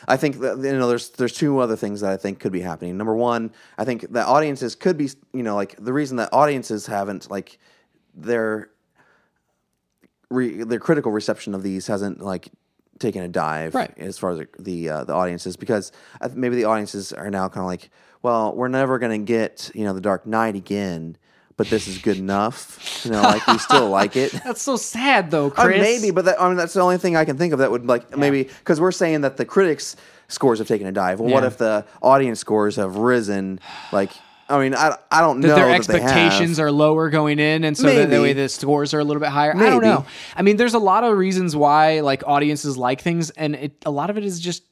B: I think that you know there's there's two other things that I think could be happening. Number one, I think that audiences could be, you know, like the reason that audiences haven't like their re, their critical reception of these hasn't like taken a dive
A: Right.
B: as far as the the, uh, the audiences because I th- maybe the audiences are now kind of like, well, we're never gonna get you know the Dark Knight again. But this is good enough, you know. Like we still
A: [laughs]
B: like it.
A: that's so sad though,
B: Uh,
A: Chris.
B: maybe, but that, I mean, that's the only thing I can think of that would like maybe because we're saying that the critics' scores have taken a dive. Well, what
A: Yeah.
B: if the audience scores have risen? Like, I mean, I, I don't know
A: their
B: that they have.
A: expectations are lower going in, and so that
B: Maybe.
A: the way the scores are a little bit higher. I don't
B: Maybe.
A: know. I mean, there's a lot of reasons why like audiences like things, and it, a lot of it is just.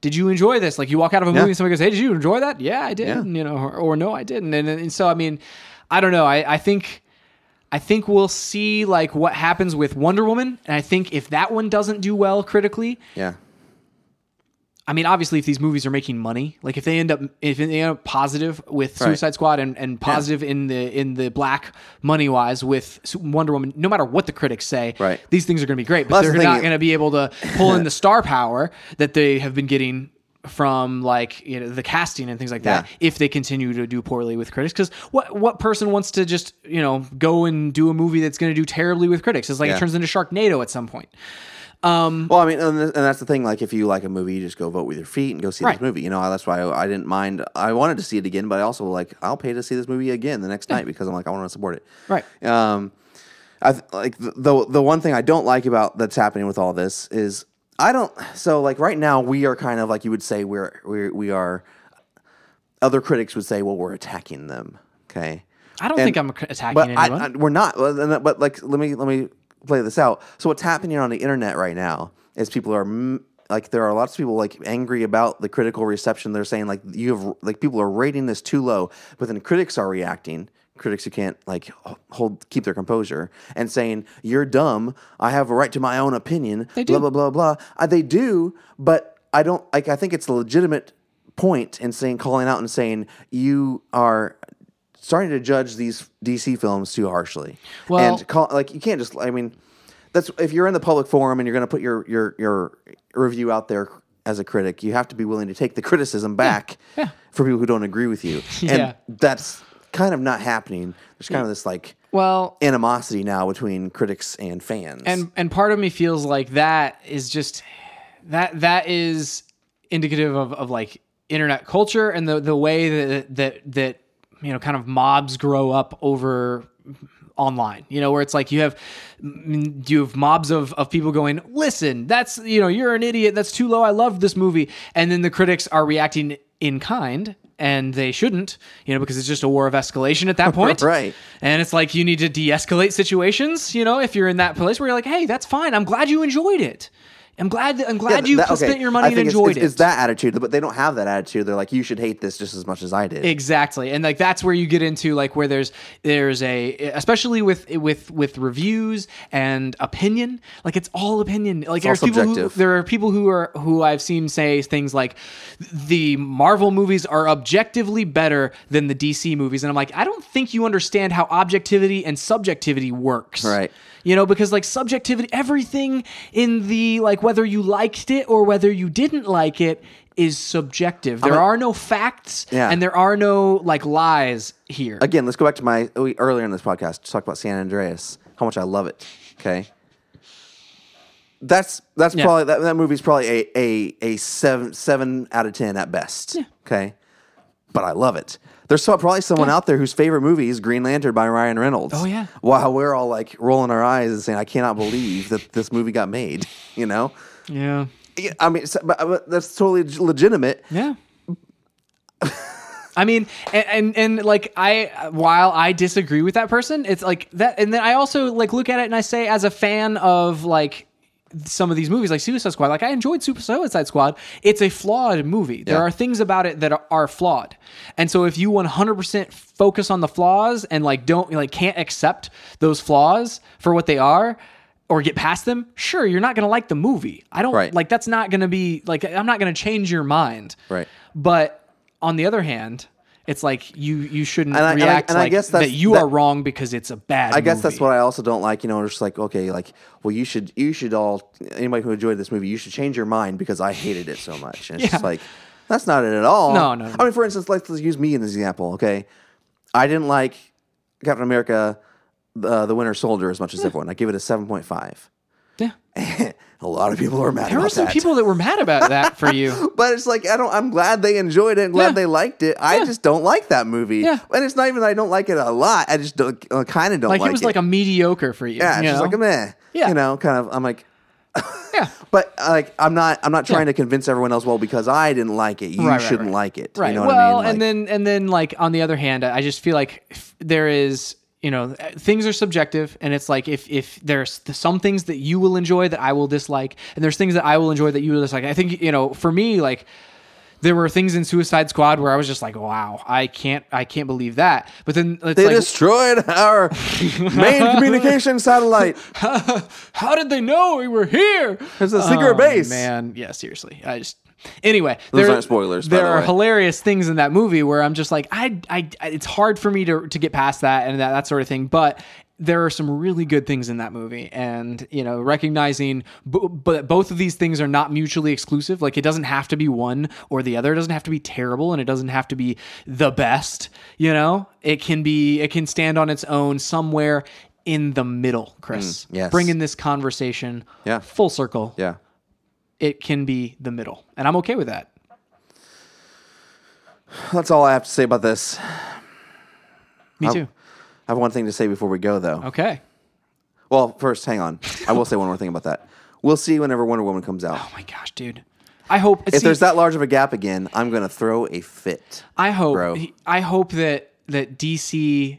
A: Did you enjoy this? Like you walk out of a movie and somebody goes, "Hey, did you enjoy that?" Yeah, I did.
B: Yeah.
A: You know, or, or no, I didn't. And, and so, I mean, I don't know. I, I think, I think we'll see like what happens with Wonder Woman, and I think if that one doesn't do well critically,
B: Yeah,
A: I mean, obviously, if these movies are making money, like if they end up if they end up positive with
B: Right.
A: Suicide Squad and, and positive in the in the black money wise with Su- Wonder Woman, no matter what the critics say,
B: Right.
A: these things are going to be great. But
B: Well, that's
A: they're
B: the thing.
A: not going to be able to pull
B: [laughs]
A: in the star power that they have been getting from like you know the casting and things like that
B: Yeah.
A: if they continue to do poorly with critics because what what person wants to just you know go and do a movie that's going to do terribly with critics it's like
B: Yeah.
A: it turns into sharknado at some point
B: Well, I mean, and, th- and that's the thing. Like, if you like a movie, you just go vote with your feet and go see
A: Right.
B: this movie. You know, that's why I, I didn't mind. I wanted to see it again, but I also like I'll pay to see this movie again the next night because I'm like I want to support it.
A: Right.
B: Um, I th- like the, the the one thing I don't like about that's happening with all this is I don't. So like right now we are kind of like you would say we're we we are. Other critics would say, well, we're attacking them. Okay.
A: i don't
B: And-
A: think i'm attacking
B: But I,
A: anyone
B: I- we're not. Well, then- But like, let me let me play this out. So what's happening on the internet right now is people are m- like, there are lots of people like angry about the critical reception. They're saying like you have like people are rating this too low, but then critics are reacting. Critics who can't like hold keep their composure and saying you're dumb. I have a right to my own opinion.
A: do.
B: Blah blah blah blah. Uh, they do, but I don't like. I think it's a legitimate point in saying, calling out and saying, you are starting to judge these DC films too harshly.
A: Well-
B: and call, like you can't just. I mean, that's if you're in the public forum and you're going to put your your your review out there as a critic, you have to be willing to take the [laughs] criticism back for people who don't agree with
A: [laughs]
B: you. And
A: Yeah.
B: that's kind of not happening. There's kind of this like
A: Well,
B: animosity now between critics and fans.
A: and and part of me feels like that is just that that is indicative of, of like internet culture and the the way that that that you know kind of mobs grow up over online you know where it's like you have m- you have mobs of, of people going listen that's you know you're an idiot that's too low i love this movie and then the critics are reacting in kind and they shouldn't you know because it's just a war of escalation
B: [laughs]
A: at that point
B: Right.
A: and it's like you need to de-escalate situations, you know, if you're in that place where you're like, "Hey, that's fine. I'm glad you enjoyed it. I'm glad that, I'm glad
B: Yeah,
A: you
B: that- okay.
A: spent your money
B: I
A: and
B: think it's-
A: enjoyed
B: it's,
A: it."
B: It's that attitude, but they don't have that attitude. They're like, you should hate this just as much as I did.
A: Exactly, and like that's where you get into like where there's there's a especially with with with reviews and opinion, like it's all opinion. Like
B: all
A: there's people who,
B: subjective.
A: there are people who are who I've seen say things like the Marvel movies are objectively better than the DC movies, and I'm like, I don't think you understand how objectivity and subjectivity works.
B: Right.
A: You know, because like subjectivity, everything in the like whether you liked it or whether you didn't like it is subjective. There
B: a-
A: are no facts
B: Yeah.
A: and there are no like lies here.
B: Again, let's go back to my we, earlier in this podcast to talk about San Andreas, how much I love it. Okay. That's that's
A: Yeah.
B: probably that, that movie's probably a, a a seven seven out of ten at best. Okay. But I love it. There's so, probably someone out there whose favorite movie is Green Lantern by Ryan Reynolds.
A: Oh, yeah.
B: While we're all like rolling our eyes and saying, I cannot believe that this movie got made, you know?
A: yeah.
B: Yeah, I mean, so- but, but that's totally j- legitimate.
A: Yeah. I mean, and, and and like I, while I disagree with that person, it's like that, and then I also like look at it and I say, as a fan of like some of these movies, like Suicide Squad, like I enjoyed Super Suicide Squad. It's a flawed movie. There
B: Yeah.
A: are things about it that are, are flawed, and so if you one hundred percent focus on the flaws and like don't like can't accept those flaws for what they are. Or get past them, sure, you're not gonna like the movie. I don't
B: Right.
A: like that's not gonna be like I'm not gonna change your mind.
B: Right.
A: But on the other hand, it's like you you shouldn't
B: I- and I-
A: react
B: and I
A: like
B: guess that's-
A: that you
B: that-
A: are wrong because it's a bad.
B: I guess that's what I also don't like. You know, just like okay, like well, you should you should all anybody who enjoyed this movie, you should change your mind because I hated it so much. And it's
A: [laughs]
B: just
A: Yeah.
B: like that's not it at all.
A: No, no, no.
B: I mean, for instance, let's, let's use me in this example. Okay, I didn't like Captain America, uh, the the Winter Soldier, as much as everyone. I give it a seven point five. [laughs]
A: Yeah.
B: A lot of people are mad.
A: There were
B: about
A: some
B: that.
A: people that were mad about that for
B: [laughs]
A: you.
B: But it's like I don't. I'm glad they enjoyed it. and glad
A: Yeah.
B: they liked it. I just don't like that movie.
A: Yeah.
B: And it's not even that I don't like it a lot. I just don't, uh, kind of don't
A: Like,
B: like,
A: it was like a mediocre for you.
B: yeah. It's
A: you
B: just
A: know?
B: like a meh.
A: Yeah.
B: You know, kind of. I'm like,
A: yeah.
B: but uh, like I'm not. I'm not trying
A: Yeah.
B: to convince everyone else. Well, because I didn't like it, you
A: Right, right,
B: shouldn't
A: right.
B: like it.
A: Right.
B: You know what I
A: well,
B: mean? Like,
A: and then and then like on the other hand, I just feel like if there is you know uh, things are subjective, and it's like if if there's th- some things that you will enjoy that I will dislike, and there's things that I will enjoy that you will dislike. I think you know for me like. There were things in Suicide Squad where I was just like, "Wow, I can't, I can't believe that." But then it's
B: they
A: like,
B: destroyed our main
A: [laughs]
B: communication satellite.
A: [laughs] how did they know we were here? Oh,
B: It's a secret base.
A: Man, yeah, seriously. I just anyway.
B: Those
A: there,
B: aren't spoilers, by
A: There
B: the
A: are
B: way.
A: hilarious things in that movie where I'm just like, I, I, I- it's hard for me to to get past that and that that sort of thing, but. There are some really good things in that movie, and you know, recognizing b- but both of these things are not mutually exclusive. Like it doesn't have to be one or the other. It doesn't have to be terrible, and it doesn't have to be the best. You know, it can be. It can stand on its own somewhere in the middle. Chris,
B: Mm, yes.
A: bringing in this conversation
B: Yeah.
A: full circle
B: Yeah.
A: it can be the middle and i'm okay with that
B: That's all I have to say about this. I
A: me too
B: have one thing to say before we go, though.
A: okay
B: Well, first, hang on. I will say one more thing about that. We'll see whenever Wonder Woman comes out.
A: oh my gosh dude i hope
B: if there's that large of a gap again, I'm gonna throw a fit.
A: i hope
B: bro.
A: i hope that that dc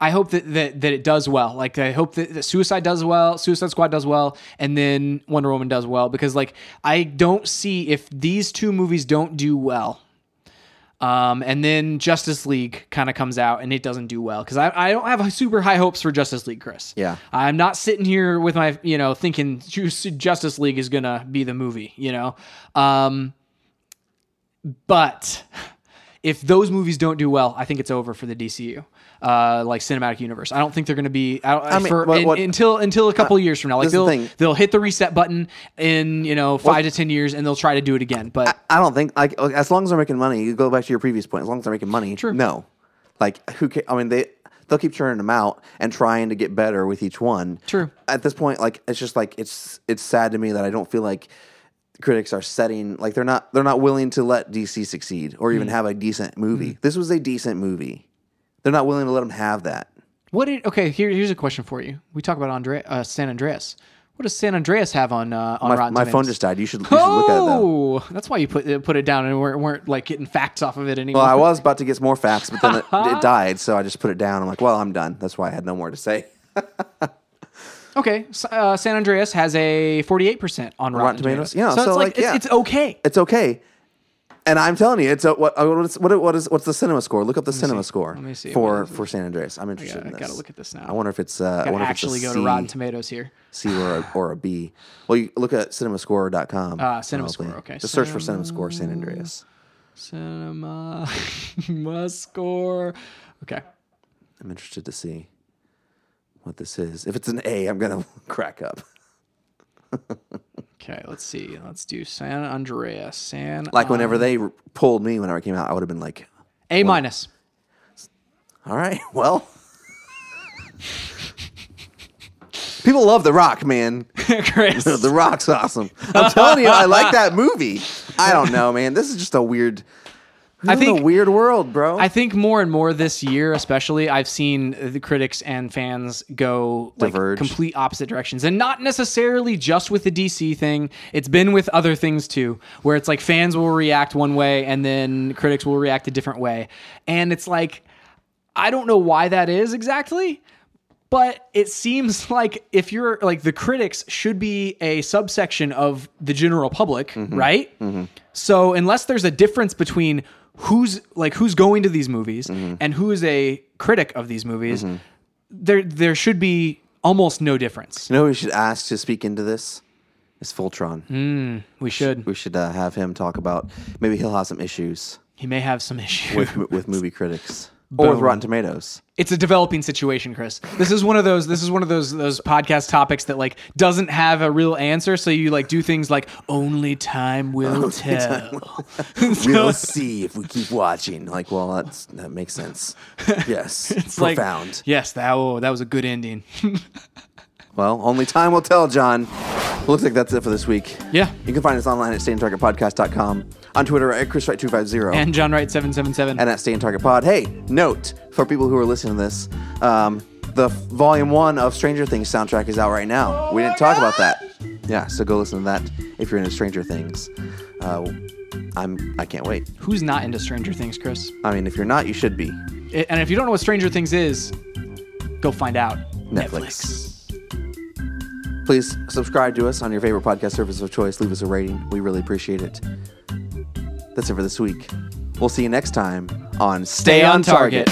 A: I hope that, that that it does well. Like I hope that, that Suicide does well, Suicide Squad does well, and then Wonder Woman does well because like I don't see if these two movies don't do well, um, and then Justice League kind of comes out and it doesn't do well because I, I don't have super high hopes for Justice League, Chris.
B: Yeah.
A: I'm not sitting here with my you know thinking Ju- Justice League is gonna be the movie. You know, um, But if those movies don't do well, I think it's over for the DCU, uh, like cinematic universe. I don't think they're going to be. I, I
B: mean,
A: for,
B: what-
A: in-
B: what-
A: until until a couple years from now, like
B: this is the
A: they'll
B: thing.
A: they'll hit the reset button in you know five to ten years, and they'll try to do it again. But
B: I don't think like like, as long as they're making money. You go back to your previous point. As long as they're making money,
A: True.
B: No, like who? Ca- I mean, they they'll keep churning them out and trying to get better with each one.
A: True.
B: At this point, like it's just like it's it's sad to me that I don't feel like critics are setting like they're not they're not willing to let DC succeed or
A: Mm.
B: even have a decent movie. This was a decent movie. They're not willing to let them have that.
A: what? Did, okay, here, here's a question for you. We talk about Andre, uh, San Andreas. What does San Andreas have on uh, on
B: My,
A: Rotten
B: my phone
A: Tomatoes?
B: just died. You should, you should look at it though.
A: Oh, that's why you put uh, put it down and weren't, weren't like getting facts off of it anymore.
B: Well, I was about to get some more facts, but then it,
A: [laughs]
B: it died, so I just put it down. I'm like, well, I'm done. That's why I had no more to say.
A: okay, S- uh, San Andreas has a 48% on Rotten,
B: Tomatoes?
A: Tomatoes.
B: Yeah,
A: so,
B: so,
A: it's like,
B: like,
A: it's,
B: yeah.
A: it's okay.
B: it's okay. And I'm telling you, it's a, what, what is, what, what is what's the cinema score? Look up the cinema score
A: me see.
B: for for San Andreas. I'm interested
A: Yeah, I
B: in this.
A: gotta look at this now.
B: I wonder if it's uh, I
A: Gotta
B: wonder if
A: actually
B: it's a
A: go
B: C-
A: to Rotten Tomatoes here.
B: C or a, or a B. Well, you look at cinemascore.com.
A: Ah, CinemaScore,
B: probably.
A: okay.
B: Just search for CinemaScore San Andreas.
A: Cinema [laughs] must score. Okay.
B: I'm interested to see what this is. If it's an A, I'm gonna [laughs] crack up.
A: Okay, let's see. Let's do San Andreas. San
B: Like whenever they r- pulled me whenever it came out, I would have been like,
A: A minus. [laughs]
B: All right. [laughs] Well, people love The Rock, man.
A: Chris.
B: The Rock's awesome. I'm telling you, I like that movie. I don't know, man. This is just a weird. I think
A: think-
B: a weird world, bro.
A: I think more and more this year, especially, I've seen the critics and fans go like
B: Diverge.
A: complete opposite directions, and not necessarily just with the DC thing. It's been with other things too, where it's like fans will react one way, and then critics will react a different way, and it's like I don't know why that is exactly. But it seems [laughs] like if you're like the critics should be a subsection of the general public, right? So unless there's a difference between who's like who's going to these movies and who is a critic of these movies, there there should be almost no difference.
B: you know, who we should ask to speak into this. It's Voltron.
A: Hmm? We should.
B: We should uh, have him talk about. Maybe he'll have some issues
A: He may have some issues.
B: with with
A: [laughs]
B: movie critics or with
A: Boom.
B: Rotten Tomatoes.
A: it's a developing situation, Chris. This is one of those. This is one of those those podcast topics that like doesn't have a real answer. So you like do things like only time will tell. [laughs]
B: [laughs] We'll see if we keep watching. Like, well, that's, that
A: [laughs]
B: makes sense. Yes,
A: It's like,
B: profound.
A: yes, that oh, that was a good ending. [laughs]
B: Well, only time will tell, John. Looks like that's it for this week.
A: Yeah.
B: You can find us online at stayintargetpodcast.com, on Twitter at ChrisWright250, and,
A: and John Wright seven seven seven.
B: at Stay in Target Pod. Hey, note for people who are listening to this, um, the f- volume one of Stranger Things soundtrack is out right now. we didn't talk about that. Yeah, so go listen to that if you're into Stranger Things. Uh, I'm I can't wait.
A: Who's not into Stranger Things, Chris?
B: I mean, if you're not, you should be.
A: I- and if you don't know what Stranger Things is, go find out.
B: Netflix. Please subscribe to us on your favorite podcast service of choice. Leave us a rating. We really appreciate it. That's it for this week. We'll see you next time on
A: Stay on target.